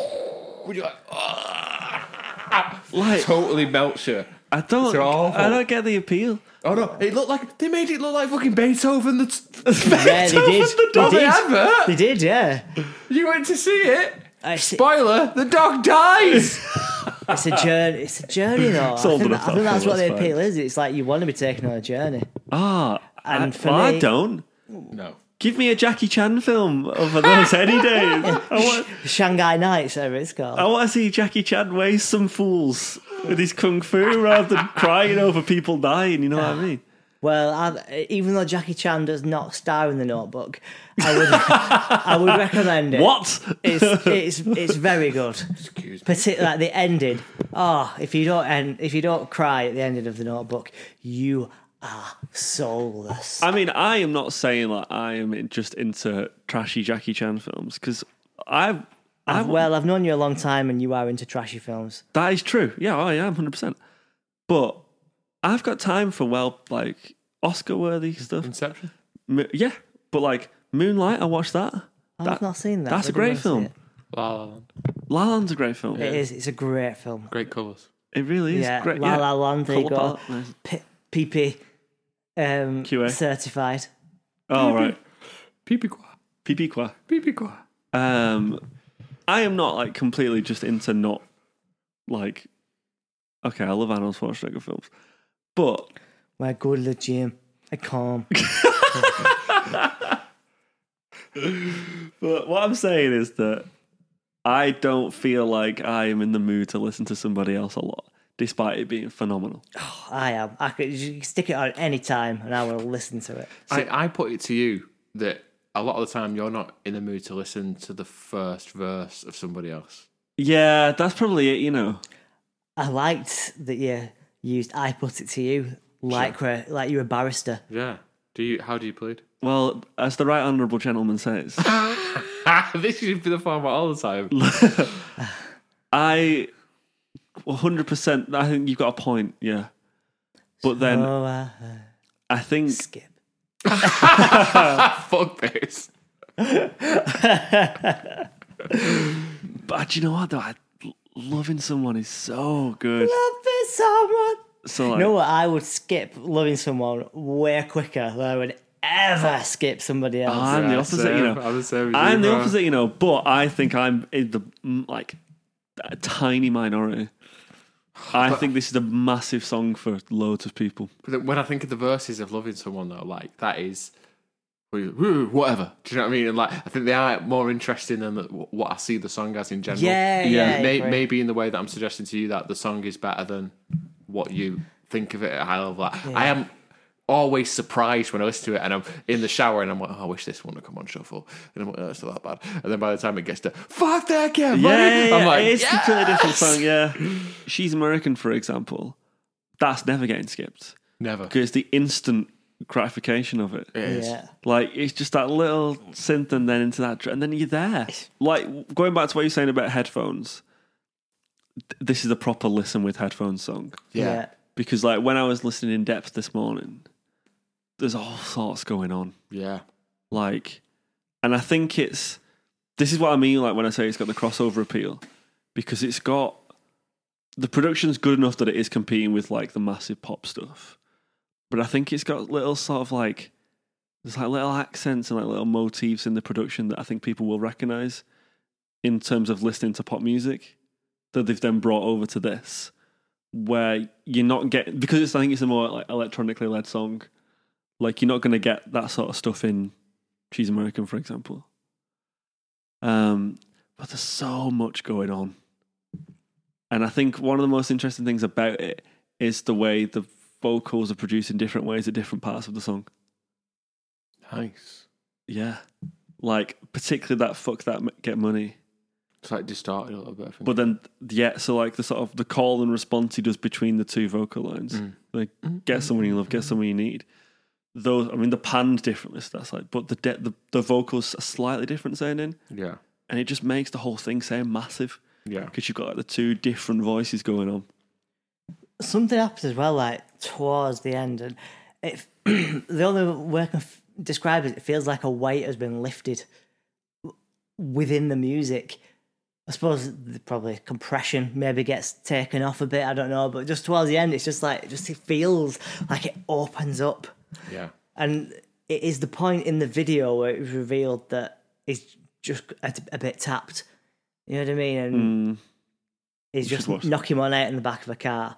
And you're like, "Ah." Like- totally melts you. I don't. They're awful. I don't get the appeal. Oh no! It looked like they made it look like fucking Beethoven. The yeah, they did. Beethoven the They dog did. advert. They did. Yeah. You went to see it. I see- Spoiler: the dog dies. It's a journey. It's a journey, though. I old think, enough, I think that that's what film, the that's appeal is. It's like you want to be taken on a journey. Ah, I, And for well, I me- don't. no. Give me a Jackie Chan film over those any day. I want, Shanghai Nights, whatever it's called. I want to see Jackie Chan waste some fools with his kung fu rather than crying over people dying. You know what I mean? Well, I, even though Jackie Chan does not star in the Notebook, I would I would recommend it. What? It's it's it's very good. Excuse me. Particularly like the ending. Oh, if you don't end, if you don't cry at the ending of the Notebook, you are soulless. I mean, I am not saying like I am just into trashy Jackie Chan films because I, I well, I've known you a long time, and you are into trashy films. that is true. Yeah, I am hundred percent. But I've got time for well, like Oscar worthy stuff. Inception. Mm-hmm. Mo- yeah, but like Moonlight, I watched that. I've not seen that. That's a I really great wanna film. see La La Land. La Land's a great film. It. it is. It's a great film. Great covers. It really is yeah, great. La La Land. There you Pull go. up that. P- PP um, QA. certified. Oh right, Pipi qua. PP qua. Pipi qua. Um, I am not like completely just into not like. Okay, I love Arnold Schwarzenegger films, but When I go to the gym, I calm. but what I'm saying is that I don't feel like I am in the mood to listen to somebody else a lot, despite it being phenomenal. I am. I could you can stick it on any time, and I will listen to it. See, I put it to you that a lot of the time you're not in the mood to listen to the first verse of somebody else. Yeah, that's probably it. You know, I liked that you used. I put it to you like we're- like you're a barrister. Yeah. Do you? How do you plead? well, as the right honourable gentleman says. Ah, this should be the format all the time. I 100% I think you've got a point, yeah. But then Oh, uh, I think skip. Fuck this. but do you know what though? I, loving someone is so good. Loving someone. So You like know what? I would skip loving someone way quicker than I would ever skip somebody else. I'm the Yeah, opposite, same. you know. I'm the same as I'm you, the bro. opposite, you know, but I think I'm in the mm, like a tiny minority. I think this is a massive song for loads of people. But then when I think of the verses of loving someone, though, like that is woo, whatever. Do you know what I mean? And like, I think they are more interesting than the, what I see the song as in general. Yeah, yeah, I May, agree. maybe in the way that I'm suggesting to you that the song is better than what you think of it. I love that. I am always surprised when I listen to it, and I'm in the shower and I'm like, oh, I wish this one would come on shuffle, and I'm like, oh, it's not that bad. And then by the time it gets to fuck that again, Yeah, yeah, I'm like, it's yeah. completely different song. Yeah, she's American, for example. That's never getting skipped never. because the instant gratification of it. Yeah. Like it's just that little synth and then into that, dr- and then you're there. Like going back to what you're saying about headphones. th- This is a proper listen with headphones song Yeah. because, like, when I was listening in depth this morning, there's all sorts going on. yeah, Like, and I think it's this is what I mean. Like when I say it's got the crossover appeal, because it's got the production's good enough that it is competing with like the massive pop stuff, but I think it's got little sort of like there's like little accents and like little motifs in the production that I think people will recognize in terms of listening to pop music that they've then brought over to this, where you're not getting because it's, I think it's a more like electronically led song. Like you're not going to get that sort of stuff in She's American, for example. Um, but there's so much going on. And I think one of the most interesting things about it is the way the vocals are produced in different ways at different parts of the song. nice. Yeah. Like, particularly that fuck that m- get money. It's like distorted a little bit. I think. But then, yeah, so like the sort of the call and response he does between the two vocal lines, like get someone you love, get someone you need. Those, I mean, the panned differently, so that's like, but the de- the, the vocals are slightly different sounding, yeah, and it just makes the whole thing sound massive. yeah, because you've got like the two different voices going on. something happens as well, like towards the end, and it, the only way I can f- describe it, it feels like a weight has been lifted w- within the music. I suppose the, probably compression maybe gets taken off a bit. I don't know, but just towards the end, it's just like it just it feels like it opens up, yeah. and it is the point in the video where it was revealed that he's just a, a bit tapped. You know what I mean? And Hmm. is just watch. knock him on out in the back of a car.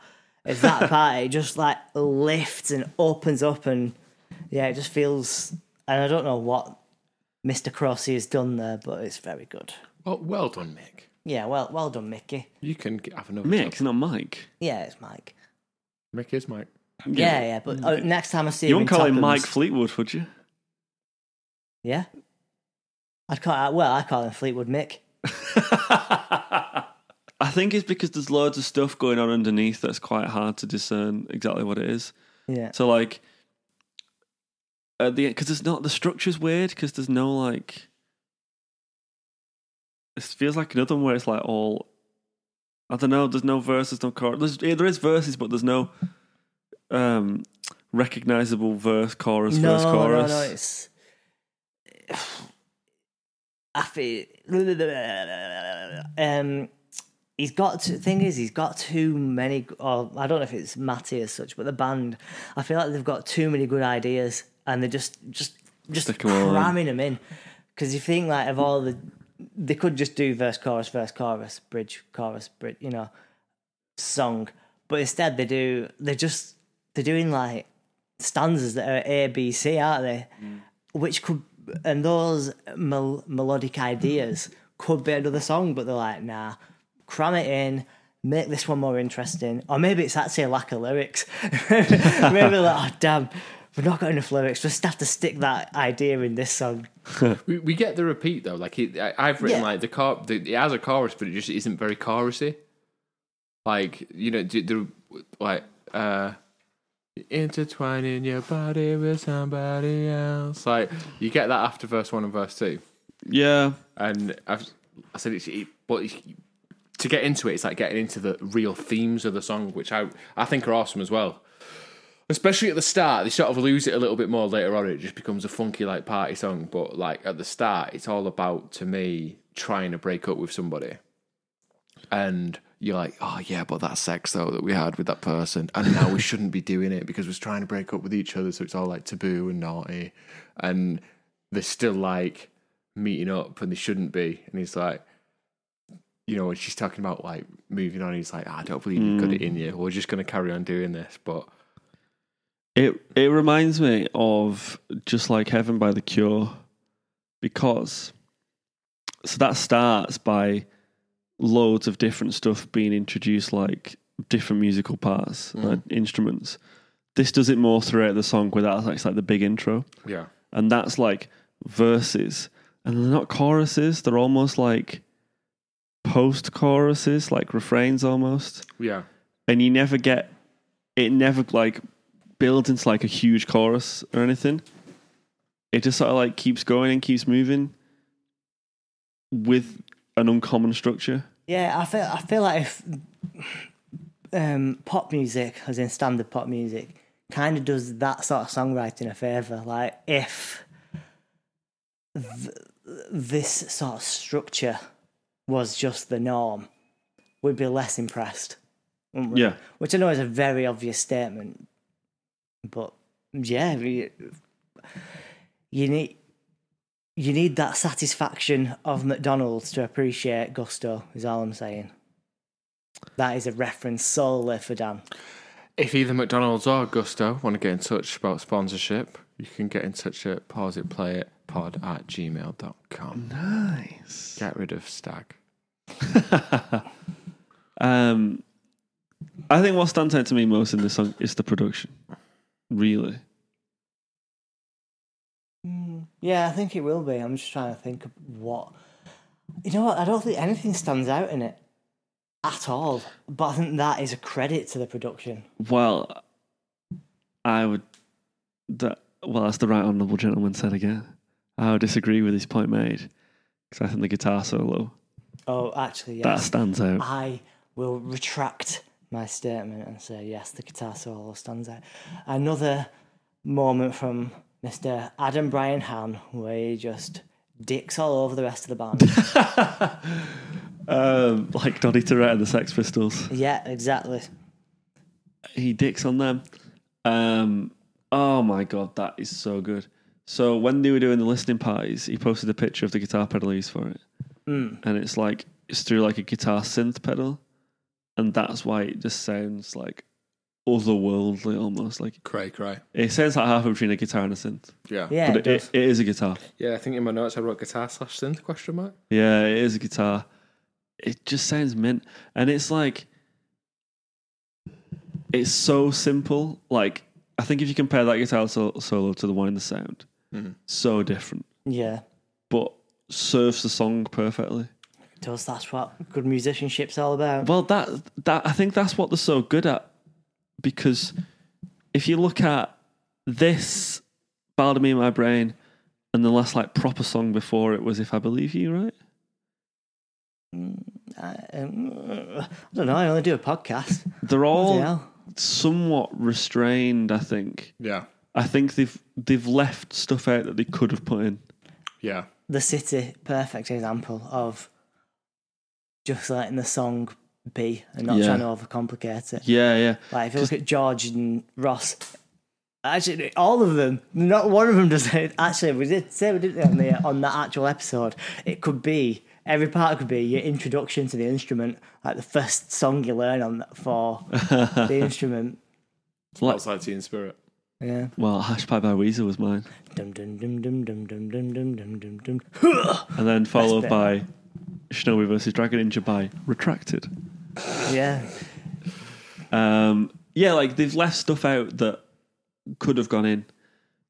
It's that part. It just like lifts and opens up, and yeah, it just feels. And I don't know what Mr. Crossy has done there, but it's very good. Well, well done, Mick. Yeah, well, well done, Mickey. You can get, have another Mick, Mick. it's not Mike. Yeah, it's Mike. Mick is Mike. Yeah, yeah. but uh, next time I see You him, in wouldn't call him Tophams- Mike Fleetwood, would you? Yeah, I'd call. Well, I call him Fleetwood Mick. I think it's because there's loads of stuff going on underneath that's quite hard to discern exactly what it is. Yeah, So like at the because it's not the structure's weird because there's no like. It feels like another one where it's like all. I don't know. There's no verses, no chorus. There's, yeah, there is verses, but there's no um recognizable verse, chorus, no, verse, chorus. no, no. It's. I feel. Um, he's got. To, thing is, he's got too many. Or I don't know if it's Matty as such, but the band. I feel like they've got too many good ideas, and they're just just just Stick 'em all in. cramming them in. Because you think like of all the, they could just do verse, chorus, verse, chorus, bridge, chorus, bridge. You know, song. But instead, they do. They're just they're doing like stanzas that are A, B, C, aren't they? Which could and those mel- melodic ideas could be another song, but they're like, nah, cram it in, make this one more interesting. Or maybe it's actually a lack of lyrics. maybe they're like, oh damn, we've not got enough lyrics. Just have to stick that idea in this song. We, we get the repeat though. Like it, I, I've written Yeah. like the car. The, it has a chorus, but it just isn't very chorusy. Like you know, the, the like uh, intertwining your body with somebody else. Like you get that after verse one and verse two, Yeah, and I've I said it's it, but it's, to get into it, it's like getting into the real themes of the song, which I I think are awesome as well. Especially at the start, they sort of lose it a little bit more later on. It just becomes a funky like party song, but like at the start, it's all about to me trying to break up with somebody, and you're like, oh yeah, but that sex though that we had with that person, and now we shouldn't be doing it because we're trying to break up with each other, so it's all like taboo and naughty, and they're still like meeting up and they shouldn't be, and he's like, you know, and she's talking about like moving on. He's like, "Ah, I don't believe you've got it in you. We're just going to carry on doing this. But It it reminds me of just like Heaven by the Cure, because so that starts by loads of different stuff being introduced, like different musical parts, like instruments. This does it more throughout the song without it's like the big intro. Yeah. And that's like verses. And they're not choruses, they're almost like post choruses, like refrains almost. Yeah. And you never get it never like builds into like a huge chorus or anything. It just sort of like keeps going and keeps moving with an uncommon structure. Yeah, I feel I feel like if um, pop music, as in standard pop music, kind of does that sort of songwriting a favour. Like if th- this sort of structure was just the norm, we'd be less impressed. wouldn't we? Yeah. which I know is a very obvious statement, but yeah, we- you need you need that satisfaction of McDonald's to appreciate Gusto. Is all I'm saying. That is a reference solely for Dan. If either McDonald's or Gusto want to get in touch about sponsorship, you can get in touch at pauseitplayitpod at gmail.com. Nice. Get rid of Stag. Um, I think what stands out to me most in this song is the production. Really, Yeah, I think it will be. I'm just trying to think of what. You know what? I don't think anything stands out in it at all. But I think that is a credit to the production. well, I would. That well, that's the right honourable gentleman said again. I would disagree with his point made because I think the guitar solo Oh, actually, yes. that stands out. I will retract my statement and say yes, the guitar solo stands out. Another moment from Mr. Adam Bryan Han where he just dicks all over the rest of the band. Um, like Donny Tourette and the Sex Pistols, yeah, exactly. he dicks on them. Um, oh my god, that is so good. So when they were doing the listening parties, he posted a picture of the guitar pedal he used for it. Hmm, and it's like it's through like a guitar synth pedal, and that's why it just sounds like otherworldly almost. Like Cray, cray. it sounds like halfway between a guitar and a synth, Yeah. Yeah, but it it, does. it, it is a guitar. Yeah, I think in my notes I wrote guitar slash synth question mark. Yeah, it is a guitar. It just sounds mint, and it's like it's so simple. Like I think if you compare that guitar sol- solo to the one in the sound, Hmm. so different, yeah, but serves the song perfectly. it does. That's what good musicianship's all about. Well, that that I think that's what they're so good at, because if you look at this "Bowed to Me in My Brain" and the last like proper song before it was "If I Believe You," right? Uh, Um, I don't know. I only do a podcast. They're Bloody all hell. somewhat restrained. I think. Yeah. I think they've they've left stuff out that they could have put in. Yeah. The City, perfect example of just letting the song be and not Yeah. trying to overcomplicate it. Yeah, yeah. Like if you look at George and Ross, actually all of them, not one of them does it. Actually, we did say we did it on the on that actual episode. It could be every part could be your introduction to the instrument, like the first song you learn on for the instrument. That's like Teen Spirit. Yeah. Well, "Hash Pie" by Weezer was mine, Dum dum dum dum dum dum dum dum dum dum dum. Huh! and then followed bit. by "Shinobi versus Dragon Ninja" by "Retracted." yeah. Um, yeah, like they've left stuff out that could have gone in.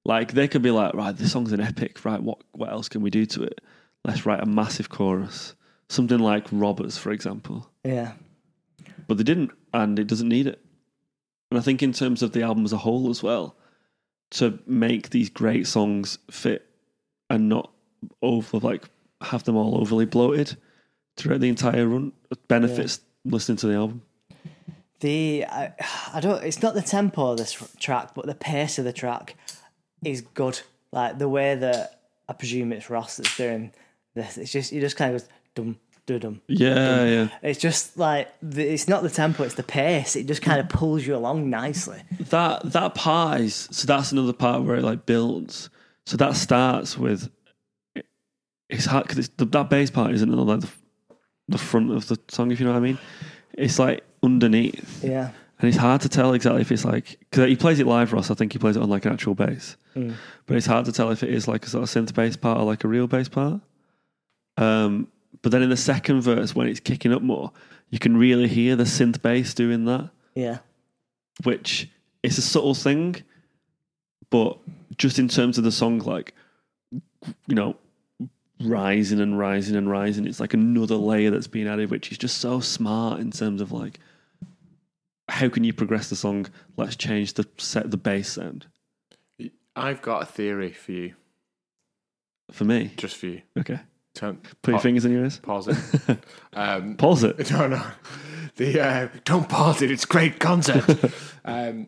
Like they could be like, right, this song's an epic, right? What what else can we do to it? Let's write a massive chorus, something like Robbers, for example. Yeah. But they didn't, and it doesn't need it. And I think in terms of the album as a whole as well, to make these great songs fit and not over like have them all overly bloated throughout the entire run benefits listening to the album. The I, I don't. It's not the tempo of this track, but the pace of the track is good. Like the way that I presume it's Ross that's doing this. It's just he just kind of goes dum dum dum. Yeah, yeah. It's just like the, it's not the tempo, it's the pace. It just kind of pulls you along nicely. that that part is so that's another part where it like builds. So that starts with it's hard because that bass part isn't on, like the, the front of the song, if you know what I mean. It's like underneath, Yeah, and it's hard to tell exactly if it's like because he plays it live, Ross. I think he plays it on like an actual bass, but it's hard to tell if it is like a sort of synth bass part or like a real bass part. Um, but then in the second verse, when it's kicking up more, you can really hear the synth bass doing that yeah, which it's a subtle thing, but just in terms of the song, like you know, rising and rising and rising, it's like another layer that's being added, which is just so smart in terms of like how can you progress the song? Let's change the set, the bass sound I've got a theory for you, for me. just for you. Okay, Turn, put your pa- fingers in your ears. Pause it. um, Pause it. no, no. The uh, don't pause it. It's great concept. um,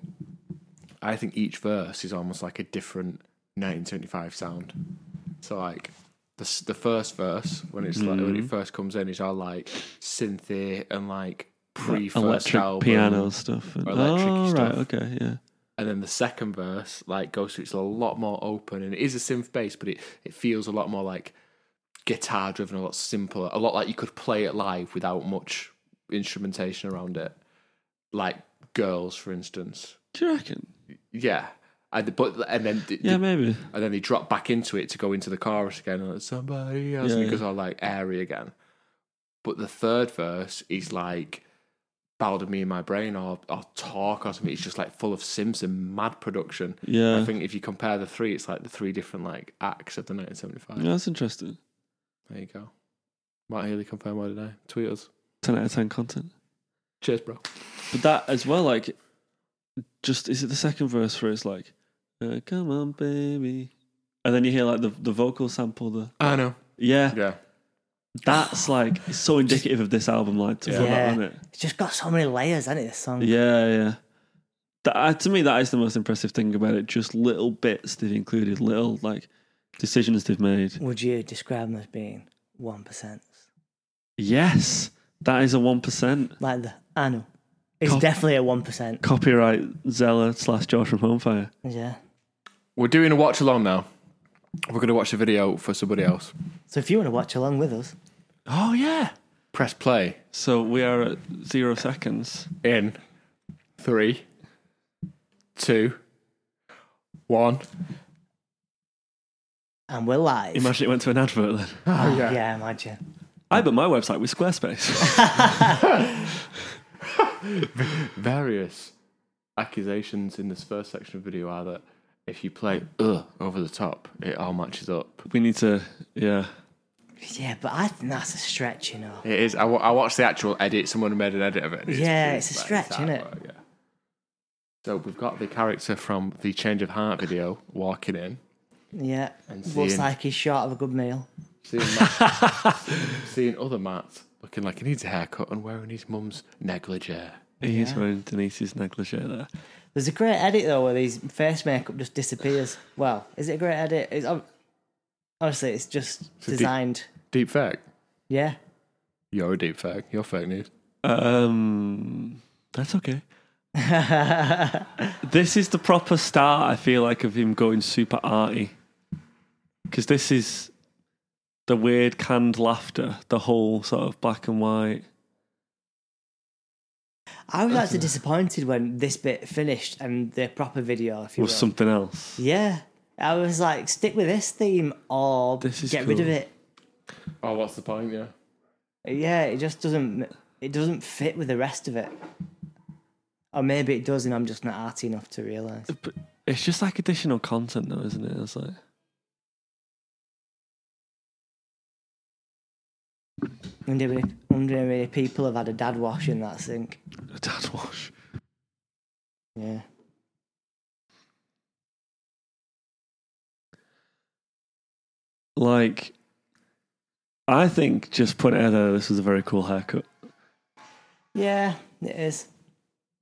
I think each verse is almost like a different 1975 sound. So like the s- the first verse when it's like when it first comes in is all like synthy and like pre first Electric album piano stuff. and- or electric oh, right. stuff. Okay. Yeah. and then the second verse like goes through it's a lot more open and it is a synth bass but it, it feels a lot more like guitar driven a lot simpler a lot like you could play it live without much instrumentation around it like girls for instance Do you reckon? yeah and, but and then the- Yeah, the- maybe. and then they drop back into it to go into the chorus again and it's somebody else Yeah, and it goes all like airy again but the third verse is like Bowed at me in my brain, or, or talk, or something. It's just like full of Simpson mad production. Yeah. I think if you compare the three, it's like the three different like acts of the 1975. Yeah, that's interesting. There you go. Matt Healy confirmed why did I? Tweet us. 10 out of 10 content. Cheers, bro. But that as well, like, just is it the second verse where it's like, uh, come on, baby. And then you hear like the, the vocal sample, the I know. yeah, Yeah. that's like it's so indicative of this album, like to Yeah. yeah. that, Yeah. isn't it? It's just got so many layers, hasn't it? This song. Yeah, yeah. That uh, to me, that is the most impressive thing about it. Just little bits they've included, little like decisions they've made. Would you describe them as being one percent? Yes, that is a one percent Like the I know. It's Cop- definitely a one percent. copyright Zella slash Josh from Homefire. Yeah. We're doing a watch along now. We're going to watch a video for somebody else. So if you want to watch along with us, Oh yeah. Press play So we are at zero seconds. in three, two, one. and we're live. Imagine it went to an advert then. Oh, yeah. imagine. I built my website with Squarespace. Various accusations in this first section of video are that if you play uh, over the top, it all matches up. we need to, yeah. Yeah, but I think that's a stretch, you know. It is. I wa- I watched the actual edit. Someone made an edit of it. Yeah, it's a stretch, hard innit? work, yeah. So we've got the character from the Change of Heart video walking in, Yeah. seeing- Looks like he's short of a good meal. seeing, Matt, seeing other Matt looking like he needs a haircut and wearing his mum's negligee. He is wearing Denise's negligee there. There's a great edit though where his face makeup just disappears. Well, is it a great edit? It's ob- honestly, it's just deep- designed. Deep fake. Yeah. You're a deep fake. You're fake news. Um, that's okay. this is the proper start, I feel like, of him going super arty. Because this is the weird canned laughter, the whole sort of black and white. I was actually disappointed when this bit finished and the proper video, if you was will. something else. yeah. I was like, stick with this theme or This is get rid of cool. it. Oh, what's the point? Yeah. Yeah, it just doesn't it doesn't fit with the rest of it. Or maybe it does and I'm just not arty enough to realise. But it's just like additional content, though, isn't it? It's like. Wonder how many- wonder how many people have had a dad wash in that sink. A dad wash. Yeah. Like, I think just put it out there. This was a very cool haircut. Yeah, it is.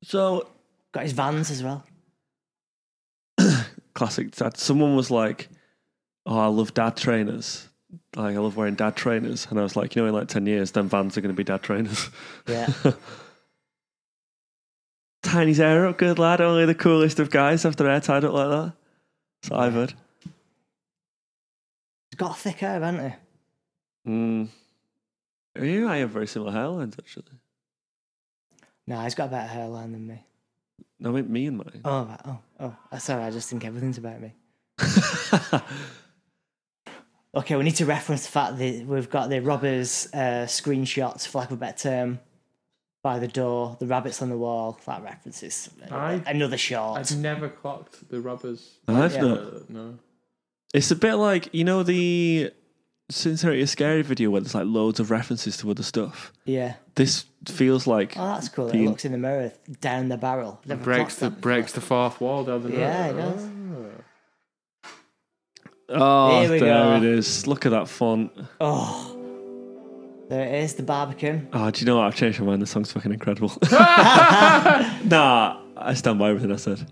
So Got his vans as well. classic dad. Someone was like, "Oh, I love dad trainers. Like, I love wearing dad trainers." And I was like, "You know, in like ten years, then Vans are going to be dad trainers." Yeah. Tiny's hair up, good lad. Only the coolest of guys have their hair tied up like that. That's what I've heard. He's got thick hair, hasn't he? Mm. You, I have very similar hairlines actually. No, he's got a better hairline than me. No, I mean, me and mine. Oh, right. oh, oh. Uh, Sorry, I just think everything's about me. Okay, we need to reference the fact that we've got the robbers' uh, screenshots, for lack of a better term, by the door, the rabbits on the wall. That references I- another short. I've never clocked the rubbers. I've Oh, Yeah. not. Uh, no. It's a bit like you know the sincerity is scary video where there's like loads of references to other stuff. yeah. This feels like Oh, that's cool. It The- looks in the mirror down the barrel. Never Breaks the clocked breaks the fourth wall down the that. Yeah, it does. oh Here we there go. it is. Look at that font. Oh, there it is. The Barbican. Oh, do you know what? I've changed my mind. The song's fucking incredible. nah, I stand by everything I said.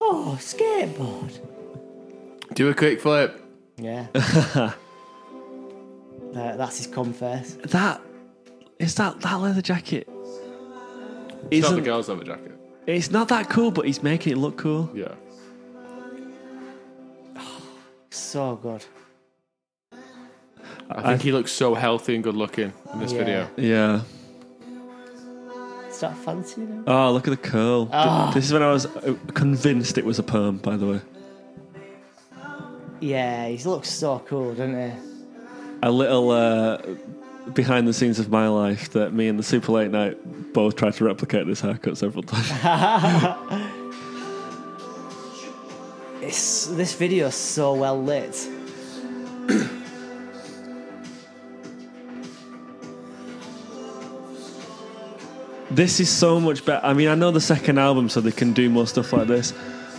Oh, skateboard. Do a quick flip. Yeah. There, that's his cum face. That is that that leather It's jacket. not the Isn't- girls leather jacket. It's not that cool, but he's making it look cool. Yeah. So good. I think he looks so healthy and good looking in this Yeah. video. Yeah. Is that fancy now? Oh, look at the curl. Th- This is when I was uh, convinced it was a perm, by the way. Yeah, he looks so cool, doesn't he? A little uh, behind the scenes of my life that me and the Super Late Night both tried to replicate this haircut several times. It's this video is so well lit. this is so much better. I mean, I know the second album, so they can do more stuff like this,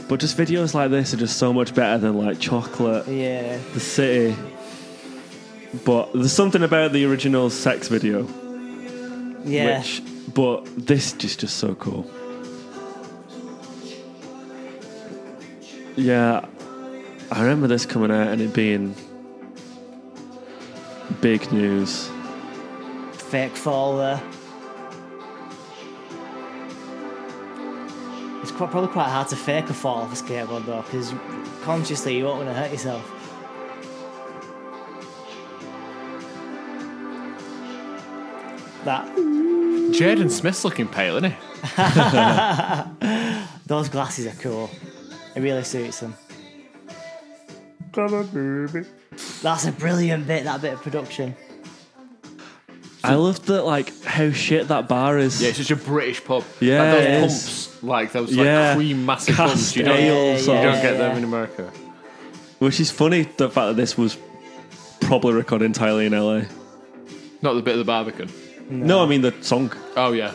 but just videos like this are just so much better than like Chocolate, Yeah. The City. But there's something about the original sex video, Yeah. which, but this is just so cool. Yeah, I remember this coming out and it being big news. Fake fall there. It's quite, probably quite hard to fake a fall off a skateboard though, because consciously you won't want to hurt yourself. That Jaden Smith's looking pale, isn't he? those glasses are cool. It really suits them. That's a brilliant bit. That bit of production. I love that, like how shit that bar is. Yeah, it's such a British pub. Yeah, like it those is. pumps, like those Yeah. like cream massive Cast pumps. You don't, ale you sort don't of. get them yeah. in America. Which is funny, the fact that this was probably recorded entirely in LA. Not the bit of the barbican. No, I mean the song. Oh yeah,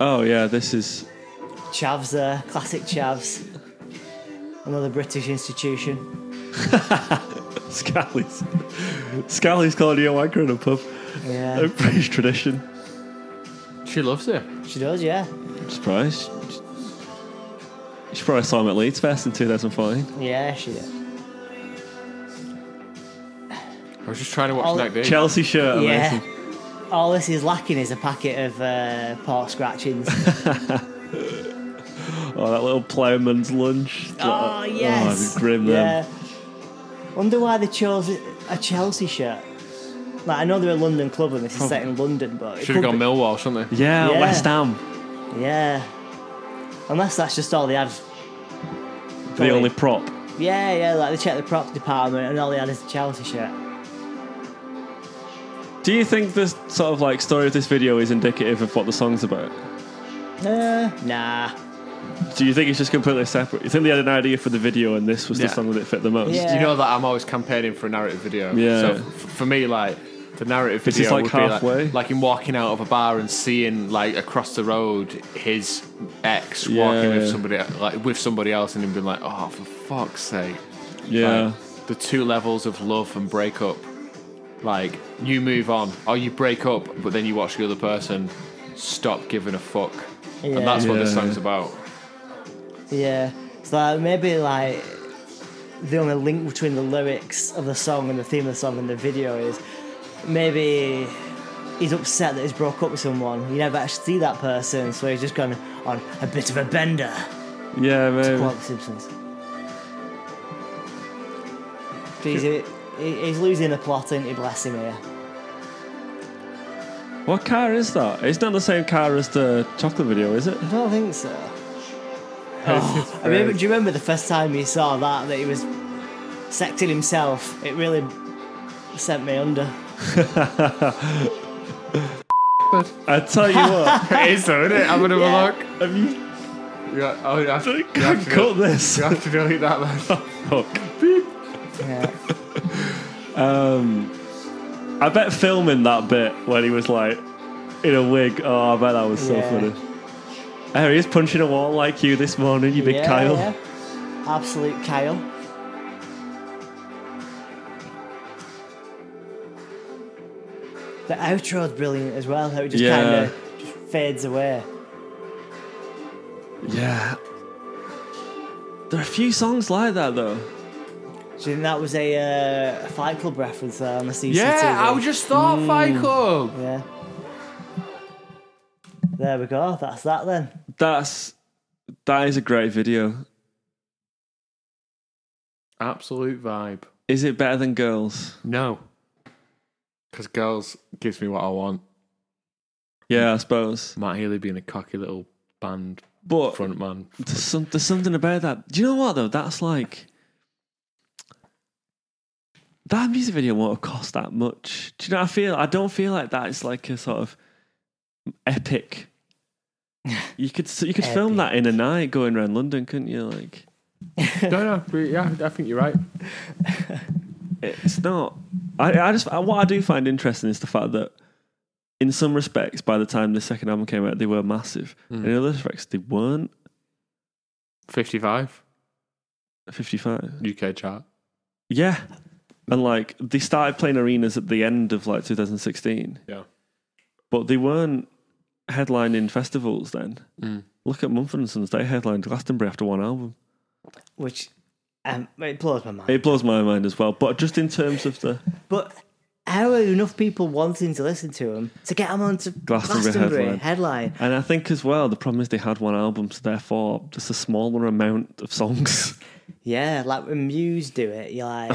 Oh yeah, this is Chavs there, classic Chavs. Another British institution. Scally's. Scally's calling you a wanker in a pub. A Yeah, British tradition. she loves it. she does. Yeah, Surprise. She probably saw him at Leeds Fest in 2014. yeah, she did. I was just trying to watch All- that game. Chelsea shirt, Yeah. amazing. All this is lacking is a packet of uh, pork scratchings. Oh, that little ploughman's lunch. oh That- yes. Oh, grim then. yeah. Wonder why they chose a Chelsea shirt. Like I know they're a London club and this is set in London, but it Should have could gone Millwall, shouldn't they? Yeah, Yeah. West Ham. be- Yeah. Unless that's just all they had. The Probably. only prop. Yeah, yeah. Like they checked the props department and all they had is a Chelsea shirt. Do you think this sort of like story of this video is indicative of what the song's about? Uh, nah. Do you think it's just completely separate? You think they had an idea for the video and this was Yeah. the song that it fit the most? Yeah. You know that I'm always campaigning for a narrative video. Yeah. So f- for me, like the narrative This is, video like, would be halfway. like, like him walking out of a bar and seeing like across the road his ex walking Yeah. with somebody like with somebody else and him being like, oh for fuck's sake. Yeah. Like, the two levels of love and breakup. Like you move on, or you break up, but then you watch the other person stop giving a fuck, Yeah. and that's what this Yeah. song's about. Yeah. So like, maybe like the only link between the lyrics of the song and the theme of the song and the video is maybe he's upset that he's broke up with someone. You never actually see that person, so he's just gone on a bit of a bender. Yeah, maybe. Quote The Simpsons. But He's, he- he's losing the plot, and he bless him here. What car is that? It's not the same car as the chocolate video, is it? I don't think so. Oh, I remember, do you remember the first time you saw that? That he was sexing himself. It really sent me under. Shepherd. I tell you what, it is though, isn't it? I'm gonna Yeah. look. have you Yeah, oh, you have to, you can't have to, cut del- this? you have to delete that then. Fuck. Yeah. Um, I bet filming that bit when he was like in a wig. Oh, I bet that was so Yeah. funny. Oh, he's punching a wall like you this morning, you big Yeah, Kyle. yeah. Absolute Kyle. The outro's brilliant as well, how it just Yeah. kind of just fades away. Yeah. There are a few songs like that though. Do you think that was a uh, Fight Club reference there on the CCTV? Yeah, I was just thought Fight Club. Yeah. There we go. That's that then. That's that is a great video. Absolute vibe. Is it better than Girls? No, because girls gives me what I want. Yeah, I suppose. Matt Healy being a cocky little band But frontman. there's, some, there's something about that. Do you know what though? That's like that music video won't have cost that much. Do you know? What I feel I don't feel like that. It's like a sort of epic. You could s- you could film that in a night going around London, couldn't you? Like no, no, but yeah, I think you're right. it's not. I I just I, what I do find interesting is the fact that in some respects, by the time the second album came out, they were massive. And in other respects, they weren't. 55 Fifty five. UK chart. Yeah. And like they started playing arenas at the end of like 2016. Yeah. But they weren't headlining festivals then. Look at Mumford and Sons, they headlined Glastonbury after one album. Which um, it blows my mind. It blows my mind as well. But just in terms of the But how are enough people wanting to listen to him to get him onto Glastonbury Glastonbury, headline. headline? and I think as well the problem is they had one album, so therefore just a smaller amount of songs. Yeah, like when Muse do it, you're like,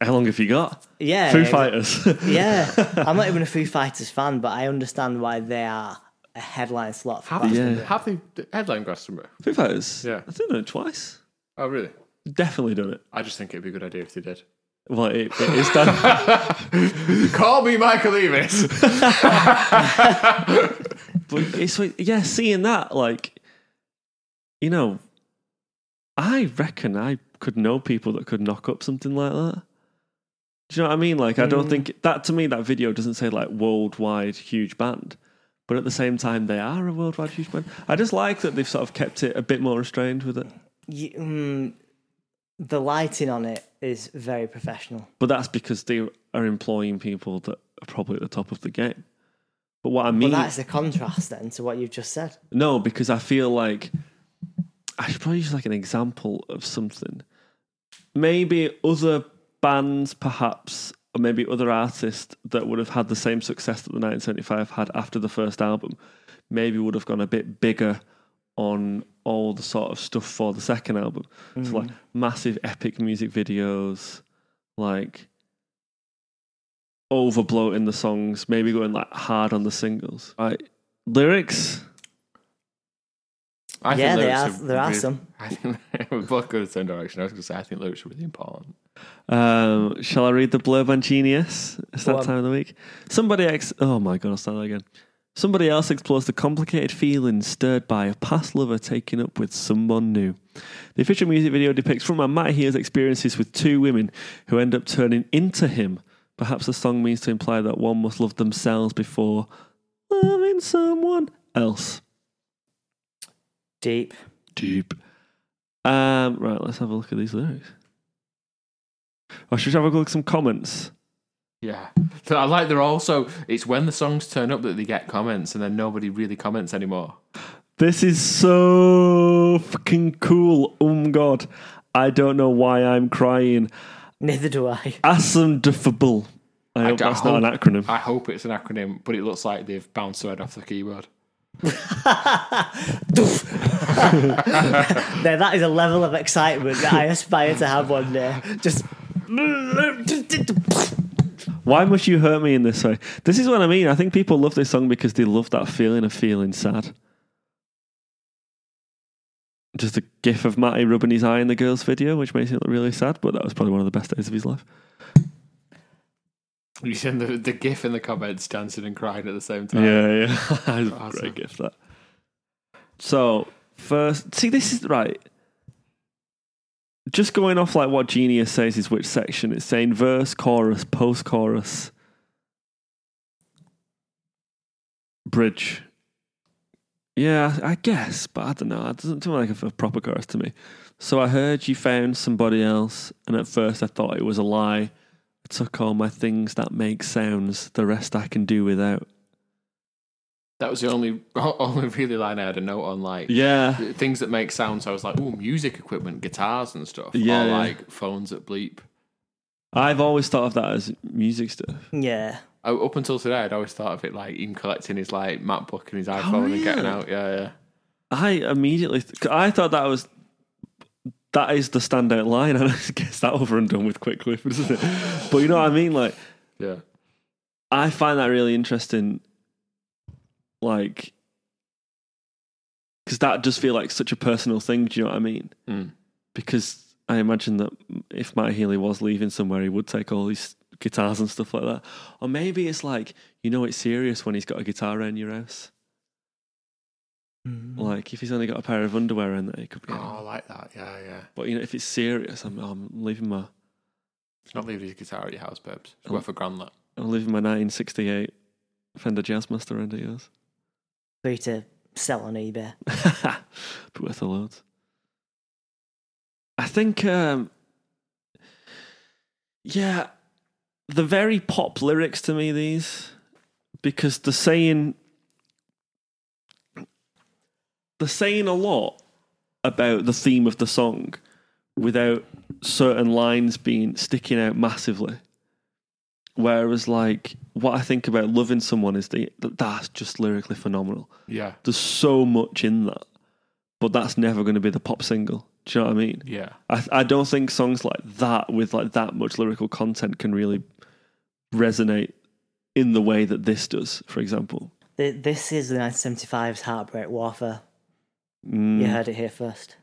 How long have you got? yeah, Foo yeah, Fighters. Yeah, I'm not even a Foo Fighters fan, but I understand why they are a headline slot. For Have, Yeah. they, have they d- headline Glastonbury? Foo Fighters. Yeah. I think they done it twice. Oh, really? Definitely done it. I just think it'd be a good idea if they did. Well, it, it is done. Call me Michael Evis. But it's like, yeah, seeing that, like, you know, I reckon I could know people that could knock up something like that. Do you know what I mean? Like, I don't think that to me, that video doesn't say like worldwide huge band, but at the same time, they are a worldwide huge band. I just like that they've sort of kept it a bit more restrained with it, you, mm, the lighting on it is very professional. but that's because they are employing people that are probably at the top of the game. But what I mean, But that's the contrast then to what you've just said. No, because I feel like I should probably use like an example of something. Maybe other bands, perhaps, or maybe other artists that would have had the same success that the 1975 had after the first album, maybe would have gone a bit bigger on all the sort of stuff for the second album. So Mm. like massive epic music videos, like overbloating the songs, maybe going like hard on the singles. Right. Lyrics. I Yeah, they lyrics are- there are really- some. I think we're both going the same direction. I was going to say, I think lyrics are really important. Um, shall I read the blurb on Genius? It's that Go on. time of the week. Somebody ex. Oh my god, I'll start that again. Somebody else explores the complicated feelings stirred by a past lover taking up with someone new. The official music video depicts frontman Matt Here's experiences with two women who end up turning into him. Perhaps the song means to imply that one must love themselves before loving someone else. Deep. Deep. Um, right, let's have a look at these lyrics. Or should we have a look at some comments? Yeah. So I like they're also, it's when the songs turn up that they get comments and then nobody really comments anymore. This is so fucking cool. Oh my god. I don't know why I'm crying. Neither do I. Assumdifable. I hope I that's not an hope- acronym. I hope it's an acronym, but it looks like they've bounced right off the keyboard. Now, that is a level of excitement that I aspire to have one day. Just. Why must you hurt me in this way? This is what I mean. I think people love this song because they love that feeling of feeling sad. Just a gif of Matty rubbing his eye in the girl's video, which makes it look really sad, but that was probably one of the best days of his life. You send the, the gif in the comments dancing and crying at the same time. Yeah, yeah. That's a Awesome. great gift, that. So, first, see, this is right. Just going off like what Genius says is which section, it's saying verse, chorus, post chorus, bridge. Yeah, I I guess, but I don't know. It doesn't seem like a, a proper chorus to me. So I heard you found somebody else, and at first I thought it was a lie. I took all my things that make sounds, the rest I can do without. That was the only only really line I had a note on, like Yeah. things that make sounds. I was like, oh, music equipment, guitars and stuff. Yeah, or yeah. like phones that bleep. I've always thought of that as music stuff. Yeah. I, Oh, up until today, I'd always thought of it like him collecting his like MacBook and his iPhone and getting really? out. Yeah, yeah. I immediately, th- I thought that was that is the standout line, and I guess that over and done with quickly, isn't it? But you know what I mean? Like, Yeah. I find that really interesting. Like, because that does feel like such a personal thing. Do you know what I mean? Mm. Because I imagine that if Matt Healy was leaving somewhere, he would take all these guitars and stuff like that. Or maybe it's like, you know, it's serious when he's got a guitar around your house. Mm. Like if he's only got a pair of underwear in there, he could be. Oh, I like that. Yeah, yeah. But you know, if it's serious, I'm, I'm leaving my It's not leaving his guitar at your house, babes. It's Oh. worth a grand lot. I'm leaving my 1968 Fender Jazzmaster around at yours. For you to sell on eBay. but worth a lot. I think, um, yeah, the very pop lyrics to me, these, because the saying, the saying a lot about the theme of the song without certain lines being sticking out massively. Whereas, like, what I think about loving someone is the, that's just lyrically phenomenal Yeah, there's so much in that, but that's never going to be the pop single. Do you know what I mean? yeah. I, I don't think songs like that with like that much lyrical content can really resonate in the way that this does, for example. Th- This is the 1975's Heartbreak Warfare. Mm, You heard it here first.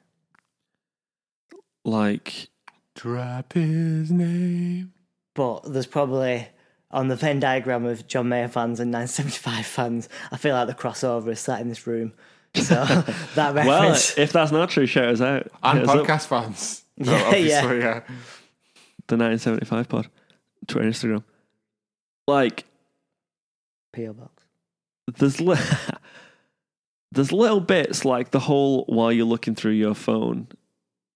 Like, Drop his name. But there's probably, on the Venn diagram of John Mayer fans and 975 fans, I feel like the crossover is sat in this room. So that well, reference. if that's not true, shout us out. And Hit us up. podcast fans. Yeah, yeah. obviously, yeah. the 1975 pod, Twitter, Instagram. Like, P.O. Box. there's li- there's little bits like the whole while you're looking through your phone,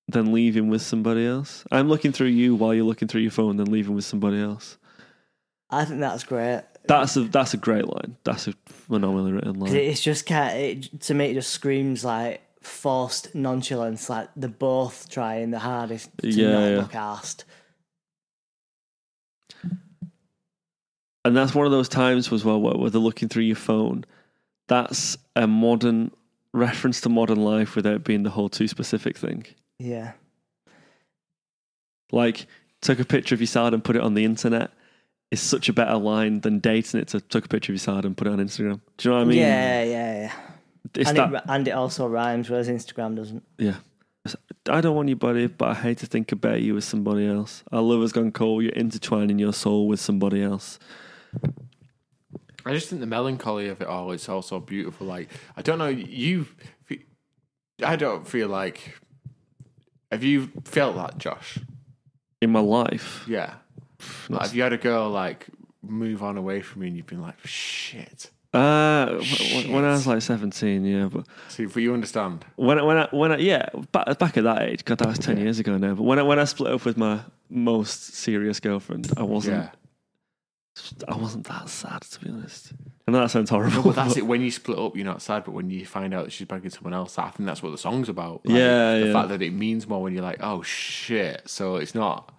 then leaving with somebody else. I'm looking through you while you're looking through your phone, then leaving with somebody else. I think that's great. That's a that's a great line. That's a phenomenally written 'Cause line. It's just kind it, to me, it just screams like forced nonchalance. Like they're both trying the hardest to Yeah, not yeah. look arsed. And that's one of those times as well where, where they're looking through your phone. That's a modern reference to modern life without being the whole too specific thing. Yeah. like took a picture of your side and put it on the internet is such a better line than dating it to took a picture of your side and put it on Instagram. Do you know what I mean? yeah, yeah, yeah. It's And that, it, and it also rhymes, whereas Instagram doesn't. yeah. I don't want your body, but I hate to think about you as somebody else. Our love has gone cold. You're intertwining your soul with somebody else. I just think the melancholy of it all is also beautiful. Like I don't know, you, I don't feel like. Have you felt that, Josh? In my life, Yeah. Like, have you had a girl like move on away from you and you've been like, shit? uh, w- when I was like 17, yeah, but See, but you understand. when I, when I, when I, yeah, back, back at that age, God, that was 10 years ago now. But when I, when I split up with my most serious girlfriend, I wasn't, Yeah. I wasn't that sad to be honest. I know that sounds horrible. No, but that's but- it. When you split up, you're not sad. But when you find out that she's banging someone else, I think that's what the song's about. Like, Yeah, the yeah. fact that it means more when you're like, oh shit. So it's not.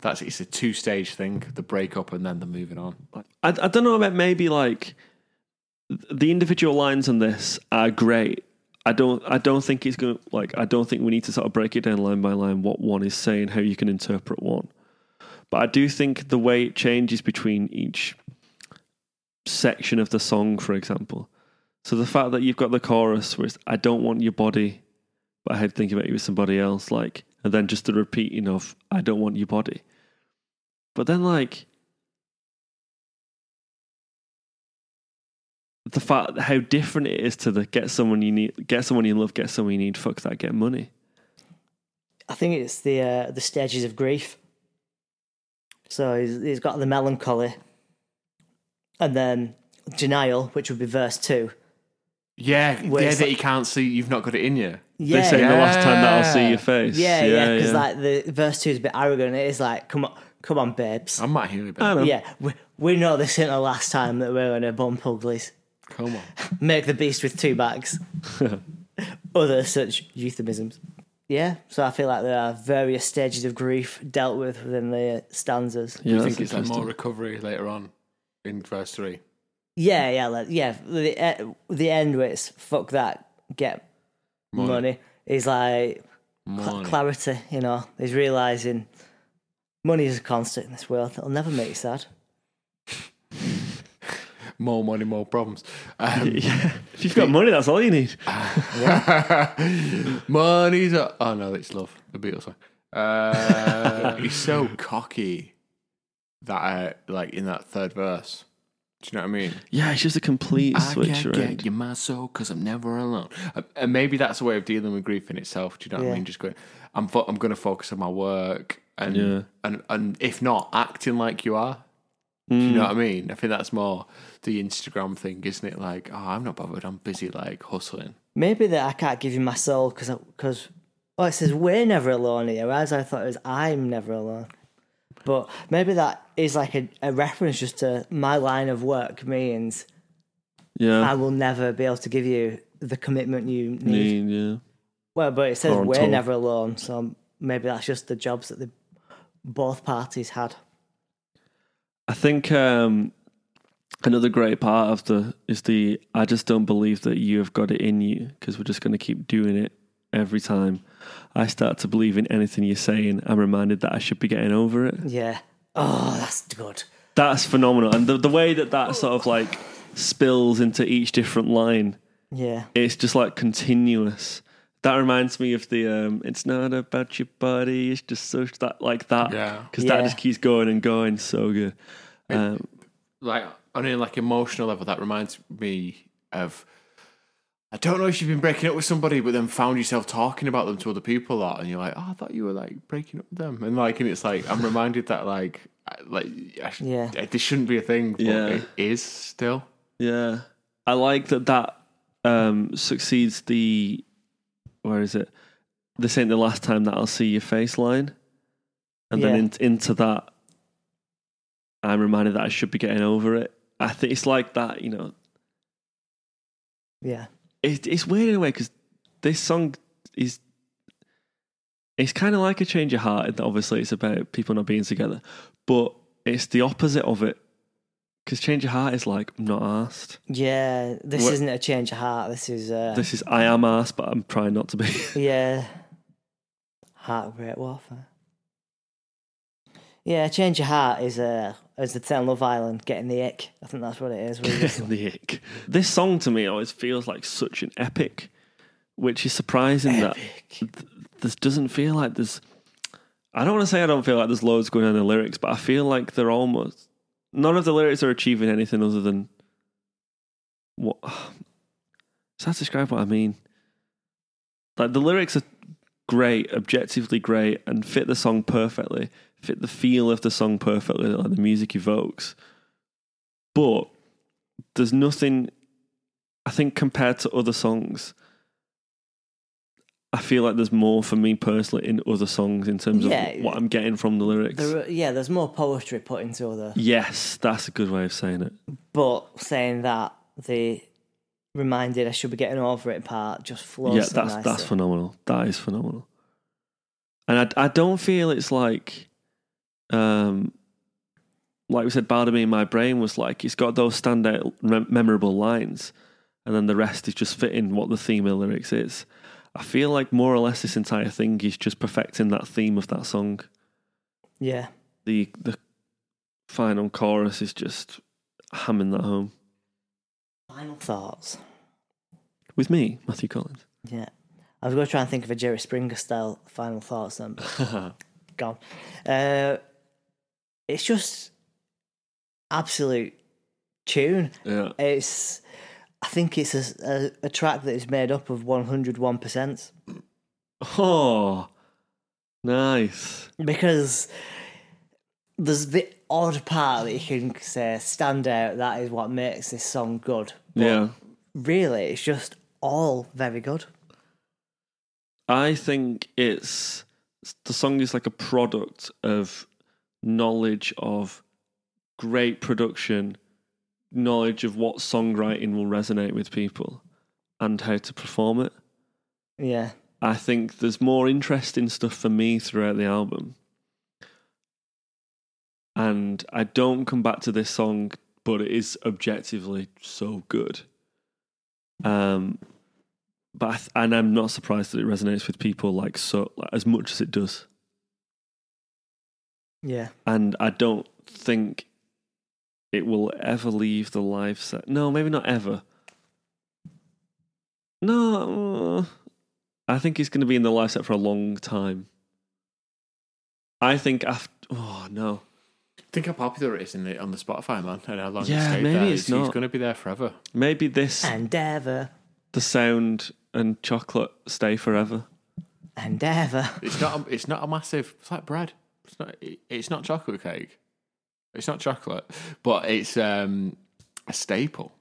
That's it's a two stage thing: the breakup and then the moving on. I, I don't know about maybe like th- the individual lines on this are great. I don't I don't think it's going to like I don't think we need to sort of break it down line by line what one is saying, how you can interpret one. But I do think the way it changes between each section of the song, for example. So the fact that you've got the chorus where it's I don't want your body, but I had to think about you with somebody else, like and then just the repeating of I don't want your body. But then like the fact how different it is to the get someone you need, get someone you love, get someone you need, fuck that, get money. I think it's the uh, the stages of grief. So he's, he's got the melancholy, and then denial, which would be verse two. Yeah, Where yeah, it's that like- you can't see, you've not got it in you. Yeah, They say the last time that I'll see your face. yeah, yeah, because like the verse two is a bit arrogant. It is like, come on, come on, babes. I'm Matt Healy, but I know. yeah, we, we know this ain't the last time that we're gonna bump uglies. come on. Make the beast with two backs. Other such euphemisms. Yeah, so I feel like there are various stages of grief dealt with within the uh, stanzas. Yeah, I that's think it's like interesting. more recovery later on in verse three. Yeah, yeah, like, yeah. The uh, the end where it's fuck that, get money, is like cl- Money. clarity. You know, is realizing money is a constant in this world. It'll never make you sad. More money, more problems. Um, Yeah. If you've got money, that's all you need. money's a- oh no, it's love. The Beatles song. Uh, he's so cocky that I, like in that third verse. Do you know what I mean? Yeah, it's just a complete switch I can't around. get you my soul because I'm never alone. Uh, And maybe that's a way of dealing with grief in itself. Do you know what Yeah. I mean? Just going, I'm fo- I'm going to focus on my work, and Yeah. and and if not, acting like you are. Do Mm. you know what I mean? I think that's more the Instagram thing, isn't it? Like, oh, I'm not bothered. I'm busy, like hustling. Maybe that I can't give you my soul because because oh, it says we're never alone here. Whereas I thought it was I'm never alone. But maybe that is like a, a reference just to my line of work means Yeah. I will never be able to give you the commitment you need. Need, yeah. Well, but it says Or on we're tour. never alone, so maybe that's just the jobs that the both parties had. I think um, another great part of the is the I just don't believe that you have got it in you because we're just going to keep doing it every time. I start to believe in anything you're saying. I'm reminded that I should be getting over it. Yeah. Oh, that's good. That's phenomenal, and the the way that that sort of like spills into each different line, Yeah. it's just like continuous. That reminds me of the um, it's not about your body, it's just so that like that, Yeah. because Yeah. that just keeps going and going. So good. Um, like on a like emotional level that reminds me of I don't know if you've been breaking up with somebody but then found yourself talking about them to other people a lot and you're like oh I thought you were like breaking up with them and like and it's like I'm reminded that like I- like I sh- eh, Yeah. this shouldn't be a thing but Yeah. it is still Yeah, I like that. That um, succeeds the where is it? This ain't the last time that I'll see your face line, and Yeah. then in, into that, I'm reminded that I should be getting over it. I think it's like that. You know, Yeah. it, it's weird in a way because this song is it's kind of like a change of heart. in that Obviously, it's about people not being together, but it's the opposite of it. Because change of heart is like I'm not asked. Yeah. This What- is isn't a change of heart. This is uh This is I am asked, but I'm trying not to be. yeah. Heart of Great Warfare. Yeah, change of heart is uh as the ten Love Island, getting the ick. I think that's what it is. with this one. the ick. This song to me always feels like such an epic, which is surprising that th- this doesn't feel like there's. I don't want to say I don't feel like there's loads going on in the lyrics, but I feel like they're almost none of the lyrics are achieving anything other than what. Does that describe what I mean? Like the lyrics are great, objectively great, and fit the song perfectly, fit the feel of the song perfectly, like the music evokes. But there's nothing I think compared to other songs I feel like there's more for me personally in other songs in terms Yeah. of what I'm getting from the lyrics. There are- yeah, there's more poetry put into other yes, that's a good way of saying it. but saying that the reminded I should be getting over it part just flows. yeah, so that's nicely. that's phenomenal. That is phenomenal. And I I don't feel it's like um like we said Barnaby in my brain was like it's got those standout mem- memorable lines and then the rest is just fitting what the theme of the lyrics is. I feel like more or less this entire thing is just perfecting that theme of that song. Yeah. The the final chorus is just hamming that home Final thoughts. with me, Matthew Collins. Yeah. I was going to try and think of a Jerry Springer style final thoughts then, but gone. Uh, it's just absolute tune. Yeah. It's I think it's a, a, a track that is made up of 101%. Oh, nice. because there's the odd part that you can say stand out that is what makes this song good yeah. really it's just all very good I think it's the song is like a product of knowledge of great production, knowledge of what songwriting will resonate with people, and how to perform it. yeah I think there's more interesting stuff for me throughout the album. And I don't come back to this song, but it is objectively so good. Um, but I th- and I'm not surprised that it resonates with people like so like, as much as it does. yeah And I don't think it will ever leave the live set. No, maybe not ever. No, uh, I think he's going to be in the live set for a long time. I think after. Oh no, Think how popular it is in the, on the Spotify, man, and how long Yeah, it's stayed maybe there. it's He's- he's not. going to be there forever. maybe this endeavor the sound and chocolate stay forever. endeavor It's not. A, it's not a massive. It's like bread. It's not. it- It's not chocolate cake. It's not chocolate, but it's um, a staple.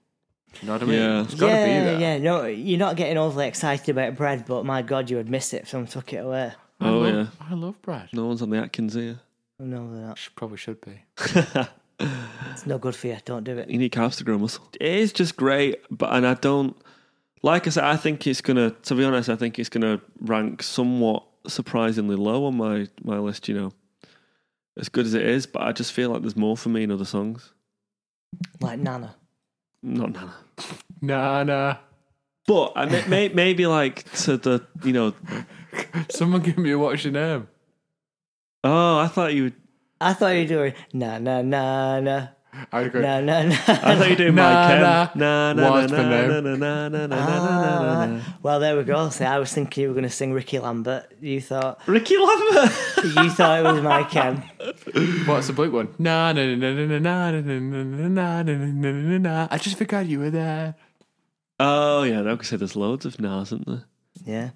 You know what I mean? Yeah. It's got to be yeah there. yeah no you're not getting overly excited about bread but my god you would miss it if someone took it away I Oh, love, yeah. I love bread. No one's on the Atkins here. no they're not. Sh- Probably should be. it's no good for you don't do it You need carbs to grow muscle. It is just great, but and I don't like I said, I think it's gonna to be honest, I think it's gonna rank somewhat surprisingly low on my, my list, you know. As good as it is, but I just feel like there's more for me in other songs. like nana Not Nana. Nah, nah. But I may, may, maybe like to the you know Someone give me a what's your name. oh, I thought you would i thought you were doing na na na na I go. na na na I thought you were doing my Kem. Nana. Na na na What's my na na name? na na na na na na na Ah, well, there we go. So I was thinking you were going to sing Ricky Lambert. You thought Ricky Lambert you thought it was my Ken. What's the Blink one? Nah, nah, nah, nah, nah, nah, nah, nah, nah, nah, nah, nah, nah, nah, nah. I just forgot you were there. Oh yeah, like I said, there's loads of Nas, isn't there? Yeah.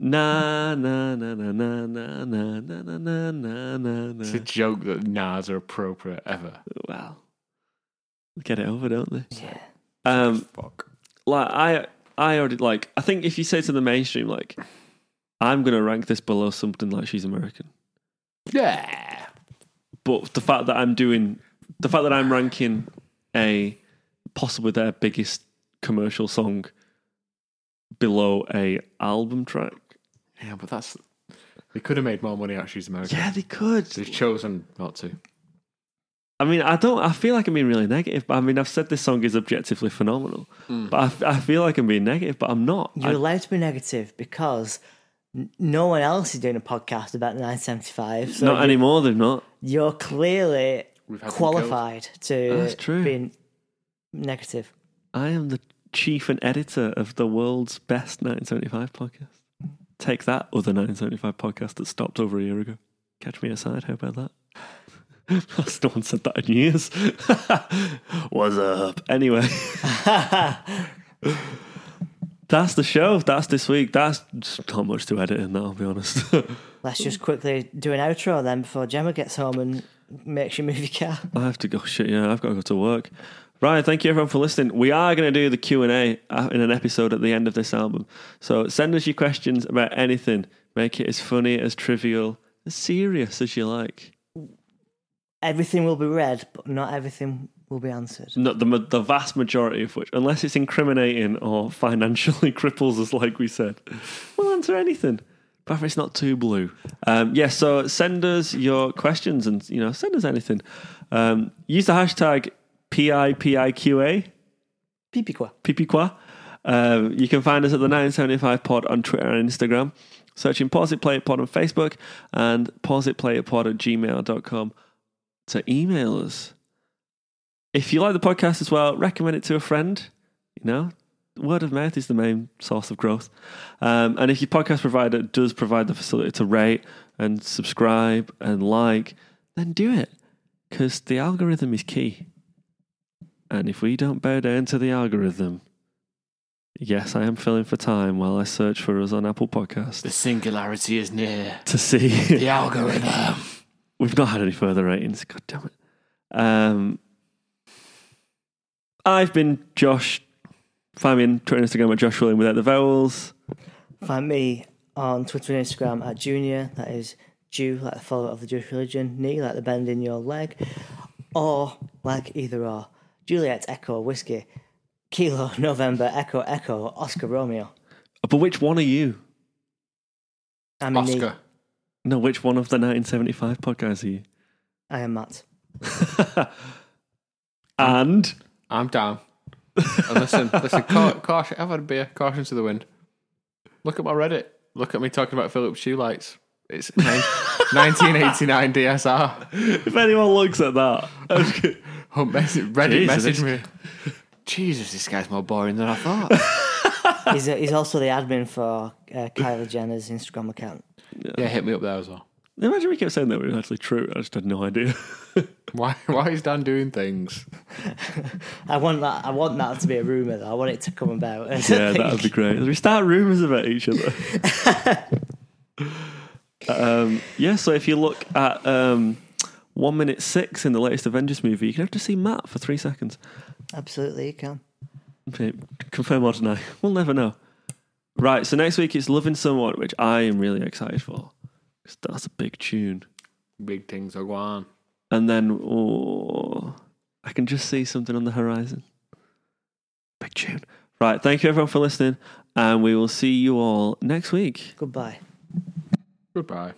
Na na na na na na na na na na na na It's a na. joke that nahs are appropriate ever. Wow, get it over, don't they? Yeah. Um, Fuck. like I, I already like. I think if you say to the mainstream, like, I'm gonna rank this below something like she's American, Yeah. but the fact that I'm doing, the fact that I'm ranking a possibly their biggest commercial song below a album track. Yeah, but that's. They could have made more money out of She's American. Yeah, they could. They've chosen not to. I mean, I don't. I feel like I'm being really negative. But I mean, I've said this song is objectively phenomenal, but I, I feel like I'm being negative, but I'm not. Hmm. You're I- allowed to be negative because n- no one else is doing a podcast about the 975. So not anymore. They're not. you're clearly We've had them qualified to That's true. being negative. I am the chief and editor of the world's best 1975 podcast. Take that, other 1975 podcast that stopped over a year ago. Catch me aside. How about that? That's- no one said that in years. What's up? Anyway. That's the show. That's this week. That's just not much to edit in that, I'll be honest. Let's just quickly do an outro then before Gemma gets home and makes you move your car. I have to go. Shit, yeah, I've got to go to work. Right, thank you everyone for listening. We are going to do the Q and A uh, in an episode at the end of this album. So send us your questions about anything. Make it as funny, as trivial, as serious as you like. Everything will be read, but not everything will be answered. Not the ma- the vast majority of which, unless it's incriminating or financially cripples us, like we said, we'll answer anything. But if it's not too blue, um, yeah. So send us your questions and you know send us anything. Um, use the hashtag PIPIQA. Pee qua. Pipiqua. Um, you can find us at the 975 Pod on Twitter and Instagram. Searching Pause It Play It Pod on Facebook and Pause It Play It Pod at gmail.com to email us. If you like the podcast as well, recommend it to a friend. You know, word of mouth is the main source of growth. Um, and if your podcast provider does provide the facility to rate and subscribe and like, then do it because the algorithm is key. And if we don't bow down to the algorithm, Yes, I am filling for time while I search for us on Apple Podcasts The singularity is near. to see. The algorithm. We've not had any further ratings. God damn it. Um, I've been Josh. Find me on Twitter and Instagram at Josh William without the vowels. Find me on Twitter and Instagram at Junior, that is Jew, like the follower of the Jewish religion, knee, like the bend in your leg, or like either or. Juliet, Echo, Whiskey, Kilo, November, Echo, Echo, Oscar, Romeo. But which one are you? I'm a knee. Oscar. No, which one of the 1975 podcasts are you? I am Matt. And I'm down. And listen, listen, cau- caution. I've had a beer. Caution to the wind. Look at my Reddit. Look at me talking about Phillips shoe lights. It's nine- 1989 DSR. if anyone looks at that, Oh, message, Reddit Jesus. message me. Jesus, this guy's more boring than I thought. He's, he's also the admin for uh, Kylie Jenner's Instagram account. yeah, hit me up there as well. imagine we kept saying that we were actually true. I just had no idea. Why, why is Dan doing things? I want that. I want that to be a rumor. Though. I want it to come about. yeah, that would be great. We start rumours about each other. um, yeah, so if you look at um, one minute six in the latest Avengers movie, you can have to see Matt for three seconds. Absolutely, you can. Okay, Confirm or deny? We'll never know. Right, so next week it's Loving Someone, which I am really excited for. 'Cause That's a big tune. Big things are going on. And then, oh, I can just see something on the horizon. Big tune. Right, thank you everyone for listening, and we will see you all next week. Goodbye. Goodbye.